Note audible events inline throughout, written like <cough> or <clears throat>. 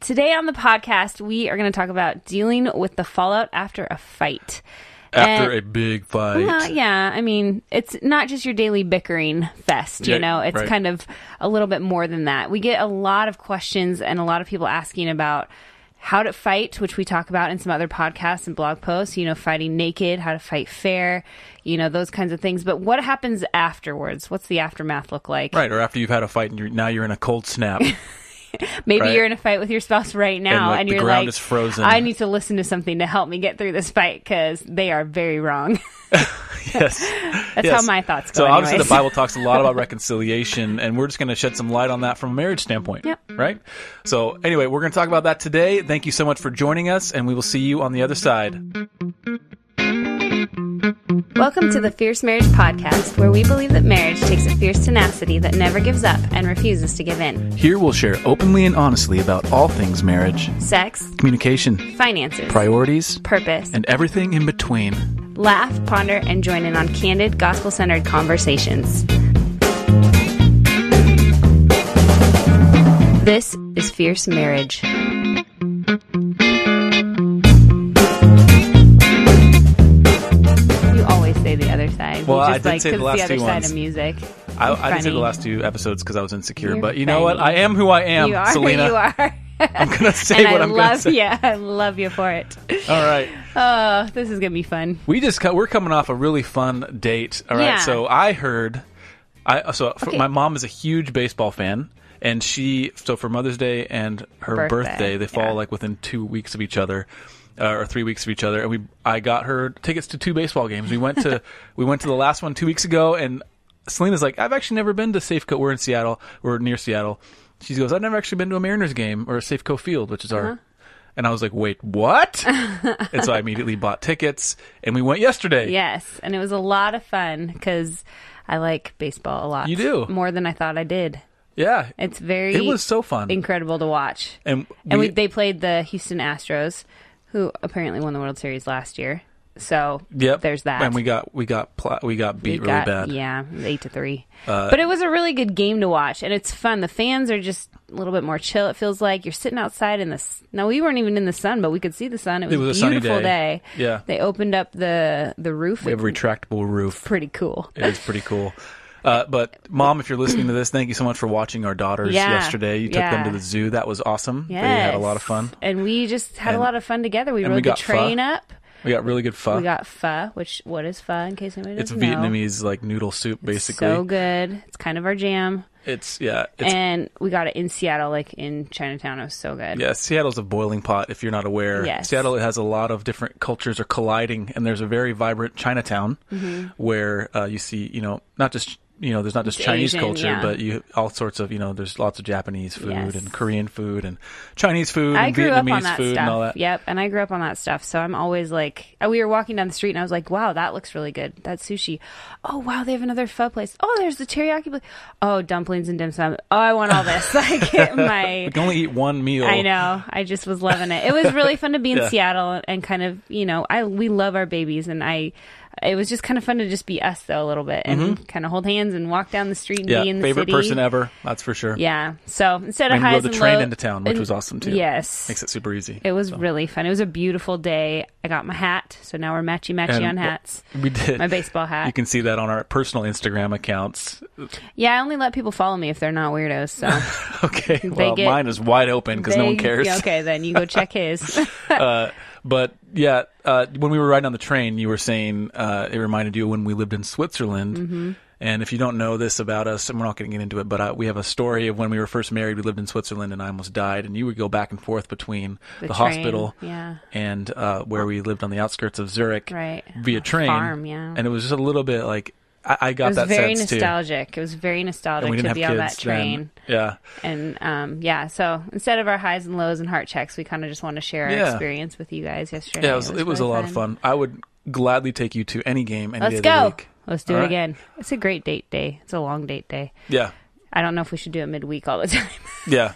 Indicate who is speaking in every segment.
Speaker 1: Today on the podcast, we are going to talk about dealing with the fallout after a fight.
Speaker 2: After
Speaker 1: And-
Speaker 2: a big fight.
Speaker 1: Eh, Well, yeah, I mean, it's not just your daily bickering fest, you
Speaker 2: Yeah,
Speaker 1: know, it's
Speaker 2: right.
Speaker 1: kind of a little bit more than that. We get a lot of questions and a lot of people asking about how to fight, which we talk about in some other podcasts and blog posts, you know, fighting naked, how to fight fair, you know, those kinds of things. But what happens afterwards? What's the aftermath look like?
Speaker 2: Right, or after you've had a fight and you're, now you're in a cold
Speaker 1: <laughs>
Speaker 2: snap. <laughs>
Speaker 1: Maybe
Speaker 2: Right.
Speaker 1: you're in a fight with your spouse right now, and,
Speaker 2: And, like, the
Speaker 1: you're
Speaker 2: ground
Speaker 1: like,
Speaker 2: is frozen.
Speaker 1: I need to listen to something to help me get through this fight because they are very wrong. <laughs>
Speaker 2: yes.
Speaker 1: That's
Speaker 2: Yes.
Speaker 1: how my thoughts go.
Speaker 2: So obviously
Speaker 1: anyways.
Speaker 2: the Bible talks
Speaker 1: <laughs>
Speaker 2: a lot about reconciliation, and we're just going to shed some light on that from a marriage standpoint.
Speaker 1: Yep.
Speaker 2: Right? So anyway, we're going to talk about that today. Thank you so much for joining us, and we will see you on the other side.
Speaker 1: Welcome to the Fierce Marriage Podcast, where we believe that marriage takes a fierce tenacity that never gives up and refuses to give in.
Speaker 2: Here we'll share openly and honestly about all things marriage,
Speaker 1: Sex,
Speaker 2: communication,
Speaker 1: finances,
Speaker 2: priorities,
Speaker 1: purpose,
Speaker 2: and everything in between.
Speaker 1: laugh, ponder, and join in on candid, gospel centered conversations. This is Fierce Marriage. You always say the other side.
Speaker 2: Well,
Speaker 1: you
Speaker 2: I
Speaker 1: just
Speaker 2: did
Speaker 1: like,
Speaker 2: say the
Speaker 1: 'cause
Speaker 2: last
Speaker 1: it's the other
Speaker 2: two
Speaker 1: side
Speaker 2: ones.
Speaker 1: of music.
Speaker 2: I, I didn't say the
Speaker 1: funny.
Speaker 2: last two episodes because I was insecure,
Speaker 1: You're
Speaker 2: but you know what? I
Speaker 1: funny.
Speaker 2: am who I am,
Speaker 1: you are
Speaker 2: Um, Selena.
Speaker 1: you are <laughs>
Speaker 2: I'm going to <laughs> say
Speaker 1: and
Speaker 2: what
Speaker 1: i
Speaker 2: am going to
Speaker 1: love
Speaker 2: say.
Speaker 1: yeah i love you for it
Speaker 2: All right.
Speaker 1: oh this is gonna be fun
Speaker 2: We just co- we're coming off a really fun date. All right.
Speaker 1: Yeah.
Speaker 2: So I heard, I so for,
Speaker 1: Okay.
Speaker 2: my mom is a huge baseball fan, and she so for Mother's Day and her birthday,
Speaker 1: Birthday,
Speaker 2: they
Speaker 1: yeah.
Speaker 2: fall like within two weeks of each other. Uh, or three weeks of each other, and we I got her tickets to two baseball games. We went
Speaker 1: <laughs>
Speaker 2: to we went to the last one two weeks ago, and Selena's like, I've actually never been to Safeco. We're in Seattle, we're near Seattle. She goes, I've never actually been to a Mariners game or a Safeco Field, which is
Speaker 1: Uh-huh.
Speaker 2: our. And I was like,
Speaker 1: <laughs>
Speaker 2: wait, what? and so I immediately bought tickets, and we went yesterday.
Speaker 1: yes and it was a lot of fun because i like baseball a lot
Speaker 2: You do.
Speaker 1: more than i thought i did
Speaker 2: Yeah.
Speaker 1: it's very
Speaker 2: It was so fun.
Speaker 1: incredible to watch
Speaker 2: and
Speaker 1: and we,
Speaker 2: we-
Speaker 1: they played the houston astros who apparently won the world series last year so
Speaker 2: yep,
Speaker 1: there's that
Speaker 2: And we got we got pla- we got beat
Speaker 1: We
Speaker 2: really
Speaker 1: got-
Speaker 2: bad. Uh,
Speaker 1: Yeah, it was eight to three. but it was a really good game to watch, and it's fun. The fans are just a little bit more chill. It feels like you're sitting outside in the. s- No, we weren't even in the sun, but we could see the sun. It was,
Speaker 2: It was a
Speaker 1: a
Speaker 2: sunny
Speaker 1: beautiful
Speaker 2: day.
Speaker 1: day.
Speaker 2: Yeah.
Speaker 1: they opened up the the roof.
Speaker 2: We have a retractable roof.
Speaker 1: pretty cool.
Speaker 2: It is pretty cool. Uh, but mom, if you're listening to this, thank you so much for watching our daughters
Speaker 1: Yeah,
Speaker 2: yesterday. You took them
Speaker 1: yeah.
Speaker 2: to the zoo. That was awesome.
Speaker 1: Yeah,
Speaker 2: They had a lot of fun.
Speaker 1: and we just had
Speaker 2: And-
Speaker 1: a lot of fun together. We
Speaker 2: and
Speaker 1: rode
Speaker 2: we
Speaker 1: the
Speaker 2: got pho.
Speaker 1: train up.
Speaker 2: We got really good fun.
Speaker 1: We got pho, which what is pho? In case anybody
Speaker 2: it's
Speaker 1: doesn't know,
Speaker 2: Vietnamese like noodle soup, basically.
Speaker 1: so good. It's kind of our jam,
Speaker 2: It's yeah. It's
Speaker 1: and we got it in Seattle, like in Chinatown. It was so good.
Speaker 2: Yeah, Seattle's a boiling pot if you're not aware.
Speaker 1: Yes.
Speaker 2: Seattle has a lot of different cultures are colliding, and there's a very vibrant Chinatown where uh, you see, you know, not just you know, there's not just
Speaker 1: Mm-hmm. It's
Speaker 2: Chinese
Speaker 1: Asian,
Speaker 2: culture,
Speaker 1: yeah.
Speaker 2: but you all sorts of you know, there's lots of Japanese food
Speaker 1: Yes.
Speaker 2: and Korean food and Chinese food
Speaker 1: I
Speaker 2: and
Speaker 1: grew
Speaker 2: Vietnamese
Speaker 1: up on that
Speaker 2: food
Speaker 1: stuff.
Speaker 2: and all that.
Speaker 1: Yep, and I grew up on that stuff. So I'm always like, uh, we were walking down the street, and I was like, "Wow, that looks really good. That sushi. Oh wow, they have another pho place. Oh, there's the teriyaki place. Oh, dumplings and dim sum. Oh, I want all this. <laughs> like my,
Speaker 2: You can only eat one meal.
Speaker 1: I know. I just was loving it. It was really fun to be in
Speaker 2: <laughs> Yeah.
Speaker 1: Seattle and kind of, you know, I we love our babies, and I. It was just kind of fun to just be us though a little bit and kind of hold hands and walk down the street and
Speaker 2: Mm-hmm. Yeah,
Speaker 1: be in the
Speaker 2: favorite
Speaker 1: city.
Speaker 2: person ever. That's for sure.
Speaker 1: Yeah. So instead
Speaker 2: And
Speaker 1: of
Speaker 2: we
Speaker 1: highs
Speaker 2: rode the
Speaker 1: and
Speaker 2: train
Speaker 1: low-
Speaker 2: into town, which
Speaker 1: and-
Speaker 2: was awesome too.
Speaker 1: Yes.
Speaker 2: makes it super easy.
Speaker 1: It was really fun. It was a beautiful day. I got my hat, so now we're matchy matchy
Speaker 2: And
Speaker 1: on hats.
Speaker 2: we did.
Speaker 1: My baseball hat.
Speaker 2: You can see that on our personal Instagram accounts. <laughs>
Speaker 1: yeah, I only let people follow me if they're not weirdos. So
Speaker 2: Okay, well,
Speaker 1: get-
Speaker 2: mine is wide open because no one
Speaker 1: They-
Speaker 2: cares.
Speaker 1: yeah, okay, then you go check
Speaker 2: <laughs>
Speaker 1: his.
Speaker 2: But yeah, uh, when we were riding on the train, you were saying uh, it reminded you of when we lived in Switzerland.
Speaker 1: Mm-hmm.
Speaker 2: And if you don't know this about us, and we're not going to get into it, but I, we have a story of when we were first married. We lived in Switzerland, and I almost died. And you would go back and forth between the,
Speaker 1: train,
Speaker 2: hospital
Speaker 1: yeah.
Speaker 2: and uh, where we lived on the outskirts of Zurich
Speaker 1: Right.
Speaker 2: via train.
Speaker 1: farm, yeah.
Speaker 2: And it was just a little bit like I, I
Speaker 1: It
Speaker 2: got
Speaker 1: was
Speaker 2: that
Speaker 1: very
Speaker 2: sense too.
Speaker 1: nostalgic. It was very
Speaker 2: And
Speaker 1: nostalgic
Speaker 2: we
Speaker 1: to
Speaker 2: didn't
Speaker 1: be
Speaker 2: have
Speaker 1: on
Speaker 2: kids
Speaker 1: that train.
Speaker 2: Then. Yeah,
Speaker 1: And um, yeah, so instead of our highs and lows and heart checks, we kind of just want to share our
Speaker 2: Yeah.
Speaker 1: experience with you guys yesterday.
Speaker 2: yeah. It was, it was,
Speaker 1: really
Speaker 2: a lot of fun. I would gladly take you to any game any
Speaker 1: Let's
Speaker 2: day of the
Speaker 1: go.
Speaker 2: week.
Speaker 1: Let's do
Speaker 2: All
Speaker 1: it
Speaker 2: right.
Speaker 1: again. It's a great date day. It's a long date day.
Speaker 2: Yeah,
Speaker 1: <laughs> I don't know if we should do it midweek all the time.
Speaker 2: yeah,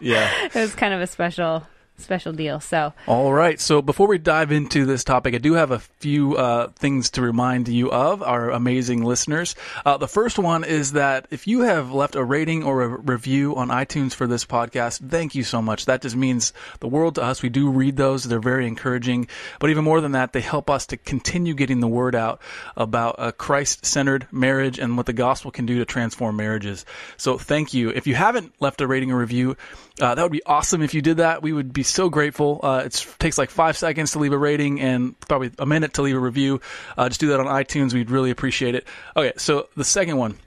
Speaker 2: yeah.
Speaker 1: it was kind of a special special deal. So
Speaker 2: All right. So before we dive into this topic, I do have a few uh, things to remind you of, our amazing listeners. Uh, the first one is that if you have left a rating or a review on iTunes for this podcast, thank you so much. That just means the world to us. We do read those; they're very encouraging. But even more than that, they help us to continue getting the word out about a Christ-centered marriage and what the gospel can do to transform marriages. So thank you. If you haven't left a rating or review, uh, that would be awesome if you did that. We would be so grateful. Uh, it takes like five seconds to leave a rating and probably a minute to leave a review. Uh, just do that on iTunes. We'd really appreciate it. Okay, so the second one.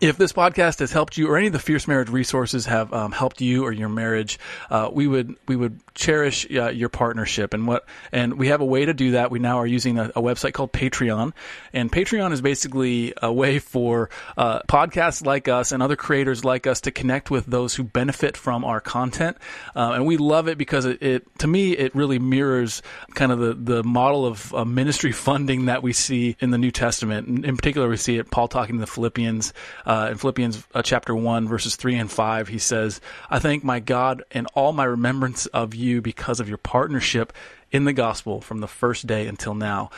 Speaker 2: If this podcast has helped you, or any of the Fierce Marriage resources have um, helped you or your marriage, uh, we would we would cherish uh, your partnership and what and we have a way to do that. We now are using a, a website called Patreon, and Patreon is basically a way for uh, podcasts like us and other creators like us to connect with those who benefit from our content, uh, and we love it because it, it to me it really mirrors kind of the the model of uh, ministry funding that we see in the New Testament. In, in particular, we see it Paul talking to the Philippians uh, in Philippians uh, chapter one verses three and five. He says, "I thank my God in all my remembrance of you because of your partnership." In the gospel from the first day until now,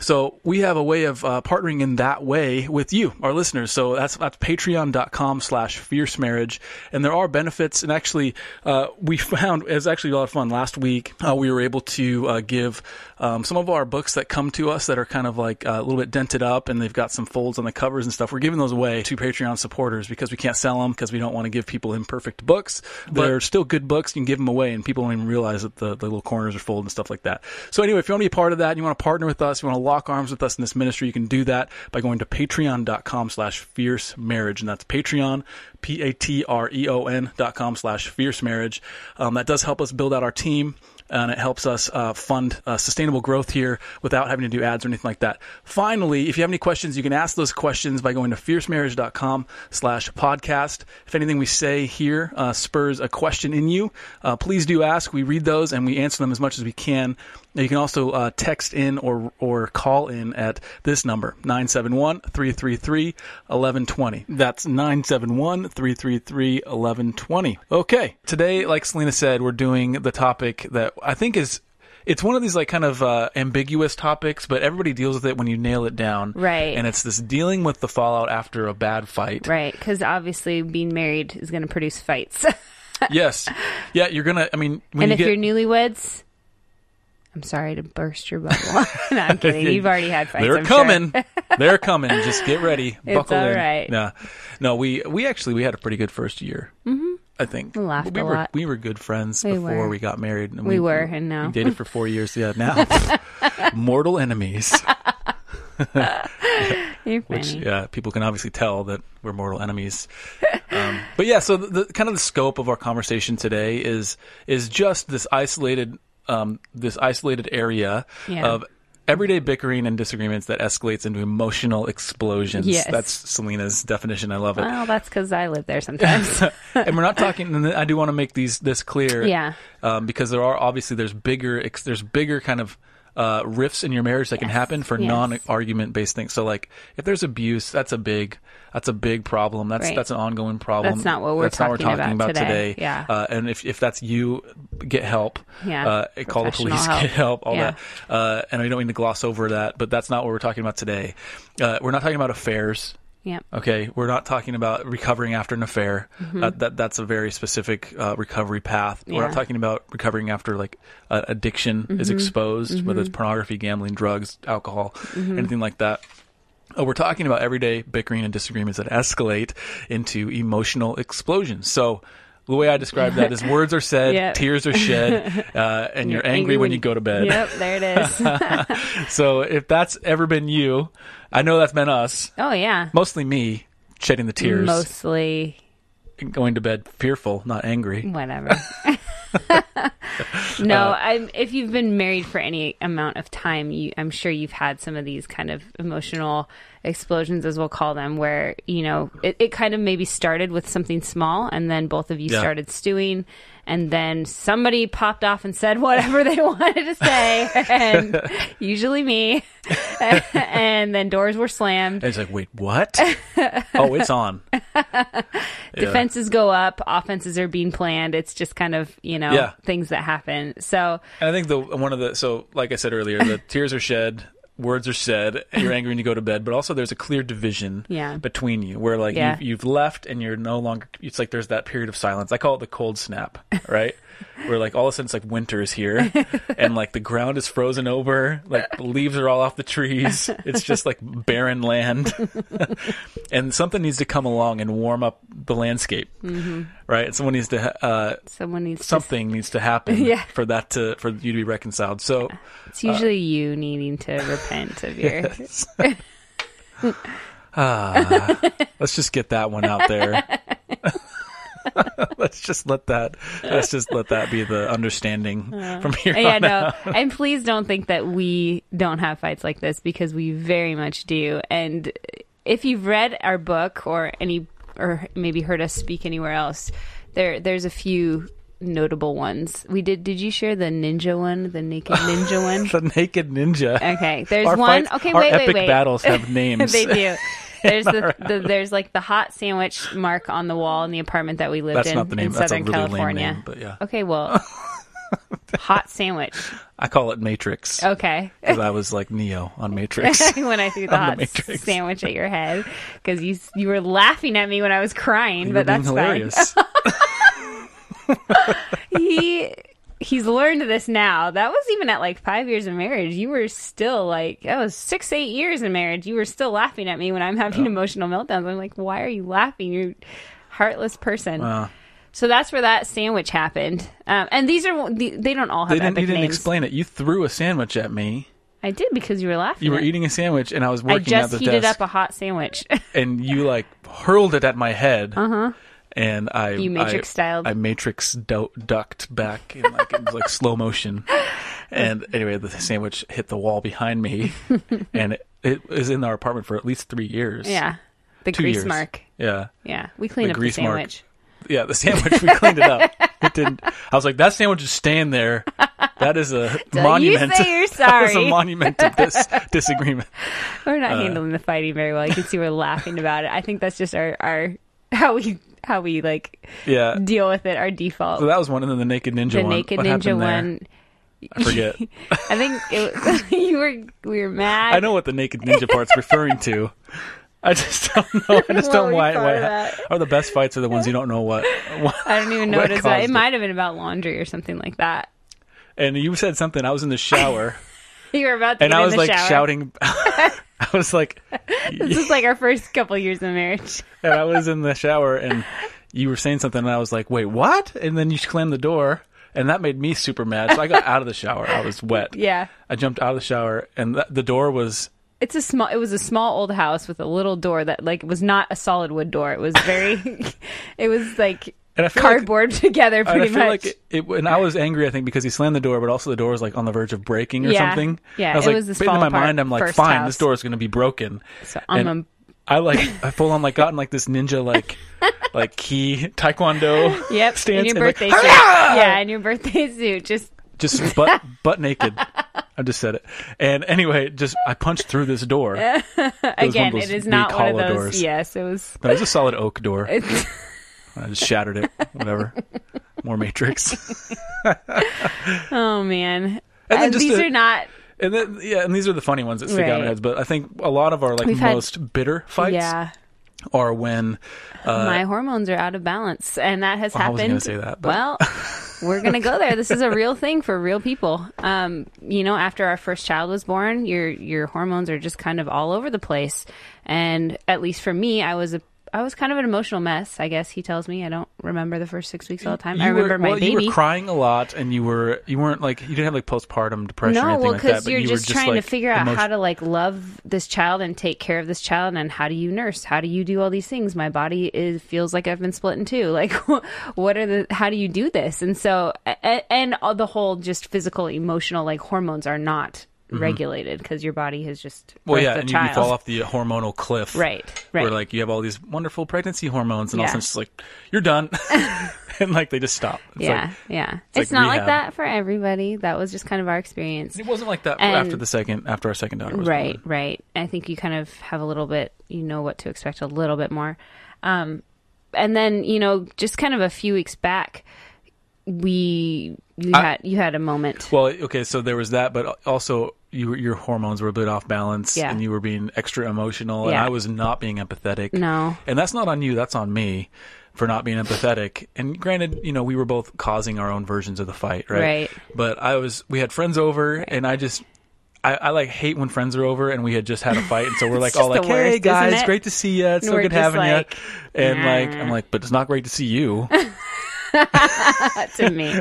Speaker 2: so we have a way of uh, partnering in that way with you, our listeners. So that's that's Patreon.com/slash Fierce Marriage, and there are benefits. And actually, uh, we <laughs> found it was actually a lot of fun last week. Uh, we were able to uh, give um, some of our books that come to us that are kind of like uh, a little bit dented up, and they've got some folds on the covers and stuff. We're giving those away to Patreon supporters because we can't sell them because we don't want to give people imperfect books. They're still good books. You can give them away, and people don't even realize that the, the little corners are folded and stuff like that. So anyway, if you want to be a part of that and you want to partner with us, you want to lock arms with us in this ministry, you can do that by going to patreon.com slash fierce marriage. And that's Patreon, P A T R E O N dot com slash fierce marriage. Um, that does help us build out our team and it helps us uh, fund uh, sustainable growth here without having to do ads or anything like that. Finally, if you have any questions, you can ask those questions by going to fiercemarriage.com slash podcast. If anything we say here uh, spurs a question in you, uh, please do ask. We read those and we answer them as much as we can. Now, You can also uh, text in or, or call in at this number, 971-333-1120. That's 971-333-1120. Okay. Today, like Selena said, we're doing the topic that I think is it's one of these like kind of uh, ambiguous topics, but everybody deals with it when you nail it down.
Speaker 1: Right.
Speaker 2: And it's this dealing with the fallout after a bad fight.
Speaker 1: right, because obviously being married is going to produce fights, <laughs>
Speaker 2: Yes. Yeah, you're gonna. I mean, when
Speaker 1: and
Speaker 2: you
Speaker 1: if
Speaker 2: get,
Speaker 1: you're newlyweds. I'm sorry to burst your bubble. <laughs> no,
Speaker 2: <laughs>
Speaker 1: I'm kidding. You've already had fights.
Speaker 2: They're
Speaker 1: I'm sure. <laughs>
Speaker 2: coming. They're coming. Just get ready. Buckle
Speaker 1: all
Speaker 2: in.
Speaker 1: right.
Speaker 2: Yeah. No, we we actually we had a pretty good first year. Mm-hmm. I think we
Speaker 1: laughed
Speaker 2: we
Speaker 1: a
Speaker 2: were
Speaker 1: lot.
Speaker 2: we were good friends
Speaker 1: We
Speaker 2: before
Speaker 1: were.
Speaker 2: we got married. And
Speaker 1: We were, and now.
Speaker 2: we dated for four years. Yeah,
Speaker 1: <laughs>
Speaker 2: now mortal enemies.
Speaker 1: You're funny.
Speaker 2: Which yeah, people can obviously tell that we're mortal enemies. um, <laughs> but yeah, so the, the kind of the scope of our conversation today is is just this isolated um, this isolated area
Speaker 1: Yeah.
Speaker 2: of everyday bickering and disagreements that escalates into emotional explosions.
Speaker 1: Yes.
Speaker 2: That's Selena's definition. I love it.
Speaker 1: Well, that's because I live there
Speaker 2: <laughs>
Speaker 1: sometimes.
Speaker 2: and we're not talking. And I do want to make these this clear.
Speaker 1: Yeah.
Speaker 2: Um, because there are obviously there's bigger ex- there's bigger kind of uh, rifts in your marriage that can happen for
Speaker 1: yes.
Speaker 2: non-argument based things. So like if there's abuse, that's a big that's a big problem. That's
Speaker 1: Right.
Speaker 2: that's an ongoing problem.
Speaker 1: That's not what we're
Speaker 2: That's not
Speaker 1: talking about today.
Speaker 2: today.
Speaker 1: Yeah.
Speaker 2: Uh, and if if that's you, get help.
Speaker 1: Yeah.
Speaker 2: Uh, call the
Speaker 1: Professional
Speaker 2: police. <laughs>
Speaker 1: help.
Speaker 2: Get help. All
Speaker 1: Yeah.
Speaker 2: that. Uh, and I don't mean to gloss over that, but that's not what we're talking about today. Uh, we're not talking about affairs.
Speaker 1: yep.
Speaker 2: Okay, we're not talking about recovering after an affair. That, that that's a very specific uh, recovery path. We're not
Speaker 1: Yeah.
Speaker 2: talking about recovering after like uh, addiction is exposed, whether it's pornography, gambling, drugs, alcohol, anything like that. Uh, we're talking about everyday bickering and disagreements that escalate into emotional explosions. So. The way I describe that is words are said, <laughs>
Speaker 1: Yep.
Speaker 2: tears are <laughs> shed, uh, and you're, angry, when you go to bed.
Speaker 1: Yep, there it is. <laughs>
Speaker 2: So if that's ever been you, I know that's been us,
Speaker 1: oh yeah.
Speaker 2: mostly me, shedding the tears
Speaker 1: Mostly
Speaker 2: going to bed fearful, not angry.
Speaker 1: whatever. no, I'm, if you've been married for any amount of time, you, I'm sure you've had some of these kind of emotional explosions, as we'll call them, where you know it, it kind of maybe started with something small, and then both of you
Speaker 2: Yeah.
Speaker 1: started stewing, and then somebody popped off and said whatever <laughs> they wanted to say, and usually me, <laughs> and then doors were slammed.
Speaker 2: And it's like, wait, what? oh, it's on.
Speaker 1: Defenses go up, offenses are being planned. It's just kind of, you know,
Speaker 2: Yeah.
Speaker 1: things that happen. So,
Speaker 2: And I think the one of the so like I said
Speaker 1: <laughs>
Speaker 2: earlier, the tears are shed, words are said, you're angry and you go to bed, but also there's a clear division
Speaker 1: Yeah.
Speaker 2: between you where like
Speaker 1: Yeah.
Speaker 2: you've, you've left and you're no longer it's like there's that period of silence. I call it the cold snap,
Speaker 1: <laughs>
Speaker 2: right? where like all of a sudden it's like winter is here and like the ground is frozen over, like the leaves are all off the trees. It's just like barren land.
Speaker 1: <laughs>
Speaker 2: and something needs to come along and warm up the landscape.
Speaker 1: Mm-hmm.
Speaker 2: Right? And someone needs to ha- uh
Speaker 1: someone needs to
Speaker 2: something needs to happen
Speaker 1: <laughs> Yeah.
Speaker 2: for that to for you to be reconciled. So
Speaker 1: It's usually you needing
Speaker 2: <laughs>
Speaker 1: to repent of your.
Speaker 2: let's just get that one
Speaker 1: <laughs>
Speaker 2: out there. <laughs> let's just let that let's just let that be the understanding from here
Speaker 1: <laughs> Uh, Yeah,
Speaker 2: on <laughs>
Speaker 1: no. And please don't think that we don't have fights like this because we very much do. And if you've read our book or any, or maybe heard us speak anywhere else, there there's a few notable ones. We did. Did you share the ninja one, the naked ninja
Speaker 2: <laughs>
Speaker 1: one?
Speaker 2: the naked ninja.
Speaker 1: Okay, there's
Speaker 2: our
Speaker 1: one.
Speaker 2: fights-
Speaker 1: okay,
Speaker 2: our
Speaker 1: wait,
Speaker 2: epic
Speaker 1: wait, wait.
Speaker 2: battles
Speaker 1: <laughs>
Speaker 2: have names. <laughs>
Speaker 1: they do. There's the, the there's like the hot sandwich mark on the wall in the apartment that we lived
Speaker 2: That's
Speaker 1: in
Speaker 2: not the name.
Speaker 1: in
Speaker 2: That's a
Speaker 1: Southern
Speaker 2: really
Speaker 1: California.
Speaker 2: lame name, but yeah,
Speaker 1: Okay, well,
Speaker 2: <laughs>
Speaker 1: hot sandwich.
Speaker 2: I call it Matrix
Speaker 1: Okay. <laughs>
Speaker 2: because I was like Neo on Matrix.
Speaker 1: when I threw the
Speaker 2: On the
Speaker 1: hot
Speaker 2: Matrix.
Speaker 1: sandwich at your head because you you were laughing at me when I was crying,
Speaker 2: You were
Speaker 1: but
Speaker 2: being
Speaker 1: that's <laughs>
Speaker 2: hilarious.
Speaker 1: fine. He he's learned this now. That was even at like five years of marriage. You were still like that was six eight years in marriage. You were still laughing at me when I'm having emotional meltdowns. I'm like, why are you laughing? You're a heartless person.
Speaker 2: Wow.
Speaker 1: So that's where that sandwich happened. Um, and these are the- they don't all have
Speaker 2: They didn't,
Speaker 1: epic
Speaker 2: you didn't
Speaker 1: names.
Speaker 2: explain it. You threw a sandwich at me.
Speaker 1: I did because you were laughing.
Speaker 2: You were
Speaker 1: at-
Speaker 2: eating a sandwich, and I was
Speaker 1: I
Speaker 2: working
Speaker 1: just
Speaker 2: at the
Speaker 1: heated
Speaker 2: desk.
Speaker 1: up a hot sandwich. <laughs>
Speaker 2: and you like hurled it at my head. And I,
Speaker 1: Uh-huh. You matrix
Speaker 2: I-
Speaker 1: styled.
Speaker 2: I matrix du- ducked back in like it was like <laughs> slow motion. And anyway, the sandwich hit the wall
Speaker 1: <laughs>
Speaker 2: behind me, and it, it was in our apartment for at least three years.
Speaker 1: yeah, the
Speaker 2: two
Speaker 1: grease
Speaker 2: years.
Speaker 1: mark.
Speaker 2: Yeah,
Speaker 1: Yeah, we cleaned
Speaker 2: The
Speaker 1: up the
Speaker 2: grease mark.
Speaker 1: sandwich.
Speaker 2: yeah. The sandwich we cleaned it up. It didn't. I was like, that sandwich is staying there. That
Speaker 1: <laughs>
Speaker 2: is a monument.
Speaker 1: You say you're
Speaker 2: <laughs> that is
Speaker 1: sorry.
Speaker 2: a monument
Speaker 1: <laughs>
Speaker 2: of this disagreement.
Speaker 1: we're
Speaker 2: Uh,
Speaker 1: not handling the fighting very well. You can see we're laughing about it. I think that's just our our how we how we like
Speaker 2: Yeah.
Speaker 1: deal with it. Our default.
Speaker 2: So that was one, and then the naked ninja
Speaker 1: the
Speaker 2: one.
Speaker 1: naked
Speaker 2: What
Speaker 1: ninja
Speaker 2: happened there?
Speaker 1: one.
Speaker 2: I
Speaker 1: <laughs>
Speaker 2: forget.
Speaker 1: I think
Speaker 2: <laughs>
Speaker 1: it was, <laughs> you were we were mad.
Speaker 2: I know what the naked ninja part's referring to. I just don't know. I just
Speaker 1: What
Speaker 2: don't
Speaker 1: we
Speaker 2: why.
Speaker 1: thought
Speaker 2: why
Speaker 1: of that.
Speaker 2: Or the best fights are the ones you don't know what. what
Speaker 1: I don't even know
Speaker 2: what
Speaker 1: what it's about.
Speaker 2: caused
Speaker 1: It
Speaker 2: it.
Speaker 1: might have been about laundry or something like that. <laughs>
Speaker 2: and you said something. I was in the shower,
Speaker 1: You were about to
Speaker 2: and
Speaker 1: get
Speaker 2: I
Speaker 1: in
Speaker 2: was
Speaker 1: the
Speaker 2: like
Speaker 1: shower. <laughs>
Speaker 2: shouting. <laughs> I was like,
Speaker 1: This is like our first couple years of marriage. <laughs>
Speaker 2: and I was in the shower, and you were saying something, and I was like, wait, what? And then you slammed the door, and that made me super mad. So I got out of the shower. I was
Speaker 1: <laughs>
Speaker 2: wet.
Speaker 1: Yeah.
Speaker 2: I jumped out of the shower, and th- the door was
Speaker 1: It's a small. It was a small old house with a little door that like was not a solid wood door. It was very. <laughs> it was like
Speaker 2: And I feel like-
Speaker 1: cardboard <laughs> together,
Speaker 2: And
Speaker 1: pretty
Speaker 2: I feel
Speaker 1: much.
Speaker 2: like it, it, and I was angry, I think, because he slammed the door, but also the door was like on the verge of breaking or
Speaker 1: Yeah.
Speaker 2: something.
Speaker 1: Yeah,
Speaker 2: I was
Speaker 1: it
Speaker 2: like,
Speaker 1: was this
Speaker 2: but in
Speaker 1: fall
Speaker 2: my
Speaker 1: apart
Speaker 2: mind, I'm like,
Speaker 1: first
Speaker 2: fine,
Speaker 1: house.
Speaker 2: this door is going to be broken.
Speaker 1: so I'm
Speaker 2: and-
Speaker 1: a
Speaker 2: I like, I full on like gotten like this ninja
Speaker 1: <laughs>
Speaker 2: like, like key taekwondo
Speaker 1: Yep.
Speaker 2: stance,
Speaker 1: in
Speaker 2: and,
Speaker 1: your
Speaker 2: like,
Speaker 1: birthday suit.
Speaker 2: "Hurrah!"
Speaker 1: Yeah, in your birthday suit. Just
Speaker 2: just butt butt naked. I just said it. And anyway, just I punched through this
Speaker 1: <laughs>
Speaker 2: door. It was one of
Speaker 1: again, it
Speaker 2: those
Speaker 1: is
Speaker 2: big
Speaker 1: not one of
Speaker 2: hollow
Speaker 1: those.
Speaker 2: doors.
Speaker 1: Yes, it was.
Speaker 2: No, it was a solid
Speaker 1: <laughs>
Speaker 2: oak door.
Speaker 1: It's,
Speaker 2: I just shattered it. Whatever. More Matrix.
Speaker 1: oh man,
Speaker 2: And then
Speaker 1: Uh,
Speaker 2: just
Speaker 1: these
Speaker 2: a-
Speaker 1: are not.
Speaker 2: And then, yeah, and these are the funny ones that stick out in our
Speaker 1: Right.
Speaker 2: heads. But I think a lot of our like
Speaker 1: We've had-
Speaker 2: most bitter fights
Speaker 1: Yeah,
Speaker 2: are when
Speaker 1: my hormones are out of balance, and that has
Speaker 2: uh, Oh, I
Speaker 1: happened.
Speaker 2: was gonna say that, but- <laughs>
Speaker 1: Well, we're gonna go there. This is a real thing for real people. Um, you know, after our first child was born, your your hormones are just kind of all over the place, and at least for me, I was a I was kind of an emotional mess. I guess he tells me I don't remember the first six weeks all the time. I
Speaker 2: you were-
Speaker 1: remember my
Speaker 2: well,
Speaker 1: baby.
Speaker 2: You were crying a lot, and you were you weren't like you didn't have like postpartum depression or
Speaker 1: No,
Speaker 2: anything
Speaker 1: well,
Speaker 2: like that.
Speaker 1: because
Speaker 2: but
Speaker 1: you're
Speaker 2: you were
Speaker 1: just trying
Speaker 2: like,
Speaker 1: to figure out
Speaker 2: emotion-
Speaker 1: how to like love this child and take care of this child, and how do you nurse? How do you do all these things? My body is feels like I've been split in two. <laughs> Like, what are the? How do you do this? And so, and, and all the whole just physical, emotional, like hormones are not regulated because your body has just
Speaker 2: Mm-hmm. Well, yeah,
Speaker 1: birthed a
Speaker 2: and you,
Speaker 1: child.
Speaker 2: you fall off the hormonal cliff,
Speaker 1: Right, right.
Speaker 2: Where like you have all these wonderful pregnancy hormones, and all of a
Speaker 1: Yeah.
Speaker 2: sudden it's just like
Speaker 1: <laughs>
Speaker 2: you're done, <laughs> and like they just stop. It's
Speaker 1: yeah,
Speaker 2: like,
Speaker 1: yeah. It's,
Speaker 2: like
Speaker 1: not like
Speaker 2: rehab.
Speaker 1: that for everybody. That was just kind of our experience.
Speaker 2: it wasn't like that
Speaker 1: And-
Speaker 2: after the second after our second daughter was born.
Speaker 1: Right, right. I think you kind of have a little bit, you know what to expect a little bit more. Um, and then you know, just kind of a few weeks back, we you
Speaker 2: I-
Speaker 1: had you had a moment.
Speaker 2: Well, okay, so there was that, but also you, your hormones were a bit off balance,
Speaker 1: Yeah.
Speaker 2: and you were being extra emotional, and
Speaker 1: Yeah.
Speaker 2: I was not being empathetic.
Speaker 1: No.
Speaker 2: and that's not on you; that's on me for not being empathetic. And granted, you know, we were both causing our own versions of the fight, right?
Speaker 1: Right.
Speaker 2: But I was, we had friends over, and I just. I, I like hate when friends are over and we had just had a fight and so
Speaker 1: <laughs>
Speaker 2: we're like
Speaker 1: just
Speaker 2: all like
Speaker 1: the
Speaker 2: hey
Speaker 1: worst, isn't
Speaker 2: guys
Speaker 1: it?"
Speaker 2: great to see you it's
Speaker 1: And
Speaker 2: so
Speaker 1: we're
Speaker 2: good
Speaker 1: just
Speaker 2: having
Speaker 1: like,
Speaker 2: you and like
Speaker 1: "Nah."
Speaker 2: I'm like but it's not great to see you
Speaker 1: <laughs> to
Speaker 2: <laughs>
Speaker 1: me.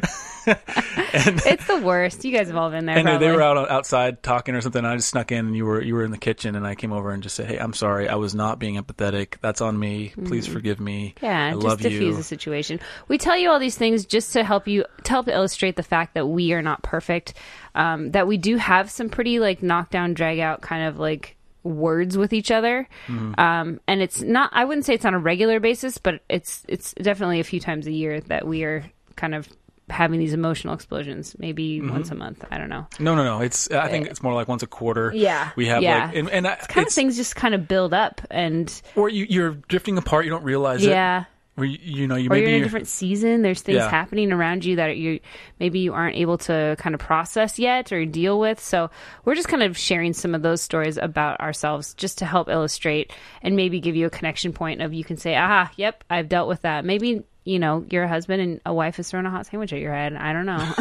Speaker 1: it's the worst. You guys have all been there.
Speaker 2: And they-
Speaker 1: probably.
Speaker 2: they were out outside talking or something. I just snuck in, and you were you were in the kitchen, and I came over and just said, "Hey, I'm sorry. I was not being empathetic. That's on me. Please forgive me.
Speaker 1: Hmm. Yeah,
Speaker 2: I
Speaker 1: just
Speaker 2: love
Speaker 1: diffuse
Speaker 2: you."
Speaker 1: the situation. We tell you all these things just to help you, to help illustrate the fact that we are not perfect, um, that we do have some pretty like knockdown, drag out kind of like words with each other,
Speaker 2: Mm-hmm.
Speaker 1: um, and it's not. I wouldn't say it's on a regular basis, but it's it's definitely a few times a year that we are kind of having these emotional explosions. Maybe
Speaker 2: Mm-hmm.
Speaker 1: once a month. I don't know.
Speaker 2: No, no, no. It's I think it's more like once a quarter.
Speaker 1: Uh, Yeah,
Speaker 2: we have
Speaker 1: yeah.
Speaker 2: like and, and I,
Speaker 1: Kind of
Speaker 2: it's
Speaker 1: things just kind of build up, and
Speaker 2: or you, you're drifting apart. You don't realize it.
Speaker 1: yeah.
Speaker 2: Where you, you know you
Speaker 1: or
Speaker 2: maybe
Speaker 1: you're in a
Speaker 2: you're-
Speaker 1: different season. There's things
Speaker 2: Yeah.
Speaker 1: happening around you that you maybe you aren't able to kind of process yet or deal with. So we're just kind of sharing some of those stories about ourselves just to help illustrate and maybe give you a connection point of you can say, ah, yep, I've dealt with that. Maybe you know you're a husband and a wife is throwing a hot sandwich at your head. I don't
Speaker 2: <laughs>
Speaker 1: know.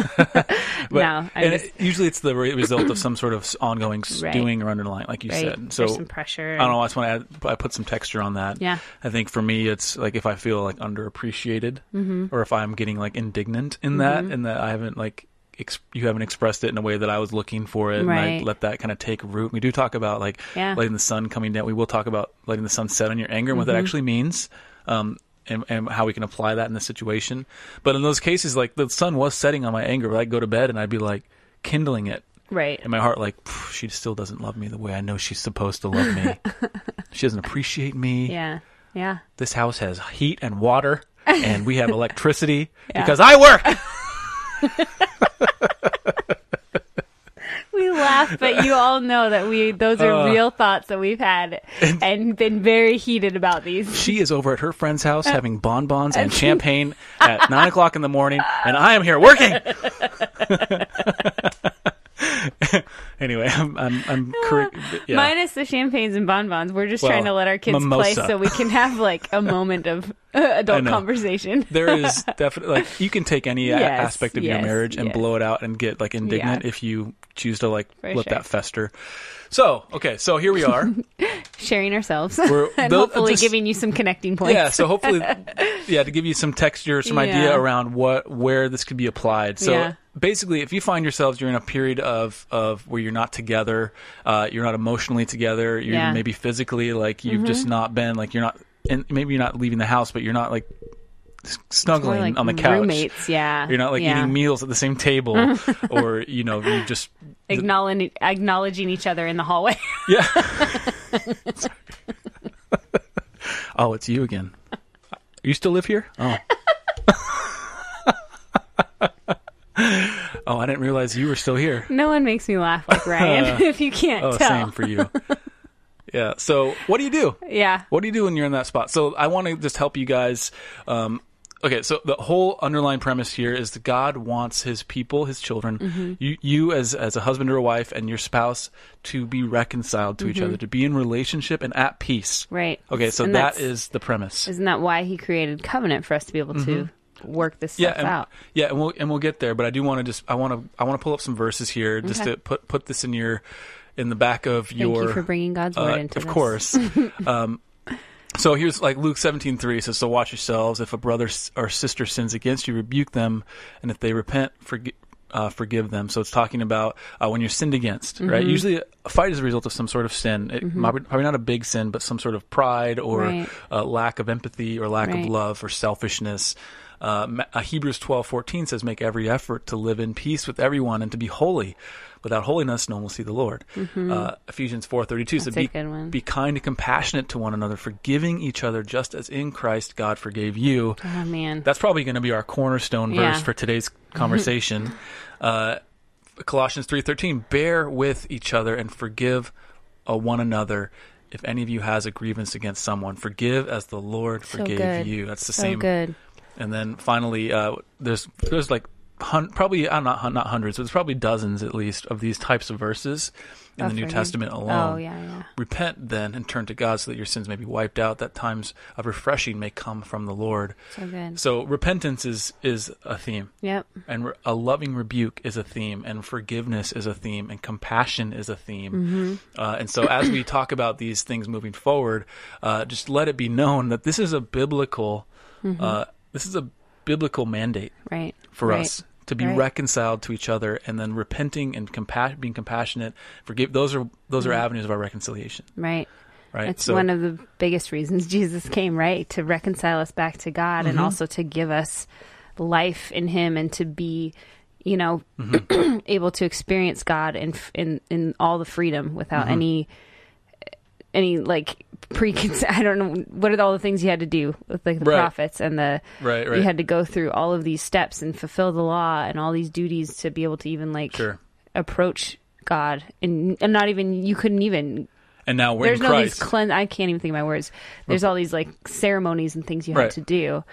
Speaker 1: <laughs> no, I'm
Speaker 2: and
Speaker 1: just,
Speaker 2: it- usually it's the re- result of some sort of s- ongoing stewing or underlying, like you
Speaker 1: right,
Speaker 2: said.
Speaker 1: there's
Speaker 2: So
Speaker 1: some pressure.
Speaker 2: I don't know. I just want to add, I put some texture on that.
Speaker 1: Yeah.
Speaker 2: I think for me, it's like if I feel like underappreciated,
Speaker 1: Mm-hmm.
Speaker 2: or if I'm getting like indignant in that, and that I haven't like ex- you haven't expressed it in a way that I was looking for it, and
Speaker 1: Right.
Speaker 2: I let that kind of take root. We do talk about like
Speaker 1: Yeah.
Speaker 2: letting the sun coming down. We will talk about letting the sun set on your anger and what
Speaker 1: Mm-hmm.
Speaker 2: that actually means. Um, and, and how we can apply that in the situation. But in those cases, like the sun was setting on my anger, but I'd go to bed and I'd be like kindling it
Speaker 1: Right.
Speaker 2: in my heart like "Phew, she still doesn't love me the way I know she's supposed to
Speaker 1: <laughs>
Speaker 2: love me. she doesn't appreciate me.
Speaker 1: Yeah. Yeah.
Speaker 2: This house has heat and water
Speaker 1: <laughs>
Speaker 2: and we have electricity
Speaker 1: Yeah.
Speaker 2: because I work.
Speaker 1: We laugh, but you all know that we those are
Speaker 2: Uh,
Speaker 1: real thoughts that we've had and been very heated about these.
Speaker 2: She is over at her friend's
Speaker 1: <laughs>
Speaker 2: house having bonbons and champagne at nine o'clock in the morning and I am here
Speaker 1: <laughs>
Speaker 2: working. <laughs> anyway, I'm I'm, I'm cur-
Speaker 1: <laughs>
Speaker 2: yeah.
Speaker 1: Minus the champagnes and bonbons, we're just
Speaker 2: Well,
Speaker 1: trying to let our kids
Speaker 2: mimosa.
Speaker 1: play so we can have like a moment of <laughs> uh, adult
Speaker 2: know.
Speaker 1: conversation.
Speaker 2: there
Speaker 1: <laughs>
Speaker 2: is definitely like you can take any a-
Speaker 1: Yes,
Speaker 2: aspect of your
Speaker 1: yes,
Speaker 2: marriage and
Speaker 1: yes.
Speaker 2: blow it out and get like indignant
Speaker 1: Yeah.
Speaker 2: if you choose to like
Speaker 1: For
Speaker 2: let
Speaker 1: sure.
Speaker 2: that fester. So okay, so here we
Speaker 1: <laughs>
Speaker 2: are.
Speaker 1: Sharing ourselves
Speaker 2: We're-
Speaker 1: <laughs> and
Speaker 2: tho-
Speaker 1: hopefully
Speaker 2: just-
Speaker 1: giving you some connecting points.
Speaker 2: yeah,
Speaker 1: <laughs>
Speaker 2: so hopefully, yeah, to give you some texture, some idea
Speaker 1: Yeah.
Speaker 2: around what where this could be applied. So
Speaker 1: Yeah.
Speaker 2: basically, if you find yourselves you're in a period of of where you're not together, uh, you're not emotionally together, you're
Speaker 1: Yeah. Mm-hmm.
Speaker 2: maybe physically like you've just not been like you're not, and maybe you're not leaving the house, but you're not like s-
Speaker 1: We're
Speaker 2: snuggling
Speaker 1: like
Speaker 2: on the couch.
Speaker 1: roommates, yeah.
Speaker 2: You're not like
Speaker 1: yeah.
Speaker 2: eating meals at the same table, or you know, you just
Speaker 1: Acknowledging, acknowledging each other in the hallway. <laughs>
Speaker 2: yeah. <laughs> oh, it's you again. You still live here? Oh. <laughs> oh, I didn't realize you were still here.
Speaker 1: no one makes me laugh
Speaker 2: <laughs>
Speaker 1: like Ryan, <laughs> if you can't
Speaker 2: Oh,
Speaker 1: tell.
Speaker 2: same for you. Yeah. So, what do you do?
Speaker 1: Yeah.
Speaker 2: What do you do when you're in that spot? So I want to just help you guys. Um, okay, so the whole underlying premise here is that God wants His people, His children,
Speaker 1: Mm-hmm.
Speaker 2: you, you as as a husband or a wife, and your spouse to be reconciled to each other, to be in relationship and at peace.
Speaker 1: Right.
Speaker 2: Okay, so
Speaker 1: Mm-hmm. And
Speaker 2: that
Speaker 1: that's-
Speaker 2: is the premise.
Speaker 1: Isn't that why he created covenant for us to be able to work this
Speaker 2: Mm-hmm. yeah,
Speaker 1: stuff
Speaker 2: and,
Speaker 1: out?
Speaker 2: yeah, and we'll and we'll get there. But I do want to just I want to I want to pull up some verses here just
Speaker 1: Okay.
Speaker 2: to put put this in your in the back of
Speaker 1: Thank
Speaker 2: your
Speaker 1: you for bringing God's word
Speaker 2: Uh,
Speaker 1: into
Speaker 2: of
Speaker 1: this. <laughs>
Speaker 2: course um, so here's like luke seventeen three says so watch yourselves if a brother s- or sister sins against you rebuke them and if they repent forgive uh, forgive them. So it's talking about uh, when you're sinned against,
Speaker 1: Mm-hmm.
Speaker 2: right? Usually a fight is a result of some sort of sin. It, probably, probably not a big sin, but some sort of pride or
Speaker 1: Right.
Speaker 2: uh, lack of empathy or lack of
Speaker 1: Right.
Speaker 2: love or selfishness. Uh, Ma- uh, Hebrews twelve fourteen says, Make every effort to live in peace with everyone and to be holy. Without holiness, no one will see the Lord.
Speaker 1: Mm-hmm.
Speaker 2: Uh, Ephesians four thirty two says,
Speaker 1: a
Speaker 2: be,
Speaker 1: good one.
Speaker 2: be kind and compassionate to one another, forgiving each other just as in Christ God forgave you.
Speaker 1: Oh man.
Speaker 2: That's probably going to be our cornerstone
Speaker 1: Yeah.
Speaker 2: verse
Speaker 1: <laughs>
Speaker 2: for today's conversation. uh, Colossians three thirteen: Bear with each other and forgive uh, one another if any of you has a grievance against someone, forgive as the Lord
Speaker 1: So
Speaker 2: forgave
Speaker 1: good.
Speaker 2: you. That's the
Speaker 1: So
Speaker 2: same.
Speaker 1: good.
Speaker 2: And then finally, uh, there's there's like hun- probably I'm not hun- not hundreds, but it's probably dozens at least of these types of verses in the New
Speaker 1: Offering.
Speaker 2: Testament alone.
Speaker 1: Oh yeah, yeah.
Speaker 2: Repent then and turn to God so that your sins may be wiped out, that times of refreshing may come from the Lord.
Speaker 1: So good.
Speaker 2: So repentance is is a theme,
Speaker 1: Yep.
Speaker 2: and re- a loving rebuke is a theme, and forgiveness is a theme, and compassion is a theme.
Speaker 1: Mm-hmm.
Speaker 2: Uh, and so, as we talk about these things moving forward, uh, just let it be known that this is a biblical, uh, this is a biblical mandate
Speaker 1: Right.
Speaker 2: for
Speaker 1: Mm-hmm. Right.
Speaker 2: us to be
Speaker 1: Right.
Speaker 2: reconciled to each other, and then repenting and compa- being compassionate, forgive. Those are those are avenues of our reconciliation,
Speaker 1: Right.
Speaker 2: right?
Speaker 1: Mm-hmm. It's one of the biggest reasons <laughs> Jesus came, right? To reconcile us back to God and
Speaker 2: Mm-hmm.
Speaker 1: also to give us life in Him and to be, you know,
Speaker 2: Mm-hmm.
Speaker 1: <clears throat> able to experience God in, in in all the freedom without
Speaker 2: Mm-hmm.
Speaker 1: any any like preconce. <laughs> I don't know what are all the things you had to do with like the
Speaker 2: Right.
Speaker 1: prophets and the
Speaker 2: right, right,
Speaker 1: you had to go through all of these steps and fulfill the law and all these duties to be able to even like
Speaker 2: sure.
Speaker 1: approach God and, and not even you couldn't even
Speaker 2: And now we're
Speaker 1: there's
Speaker 2: in
Speaker 1: no
Speaker 2: Christ.
Speaker 1: these cleanse. I can't even think of my words. There's all these like ceremonies and things you
Speaker 2: Right.
Speaker 1: have to do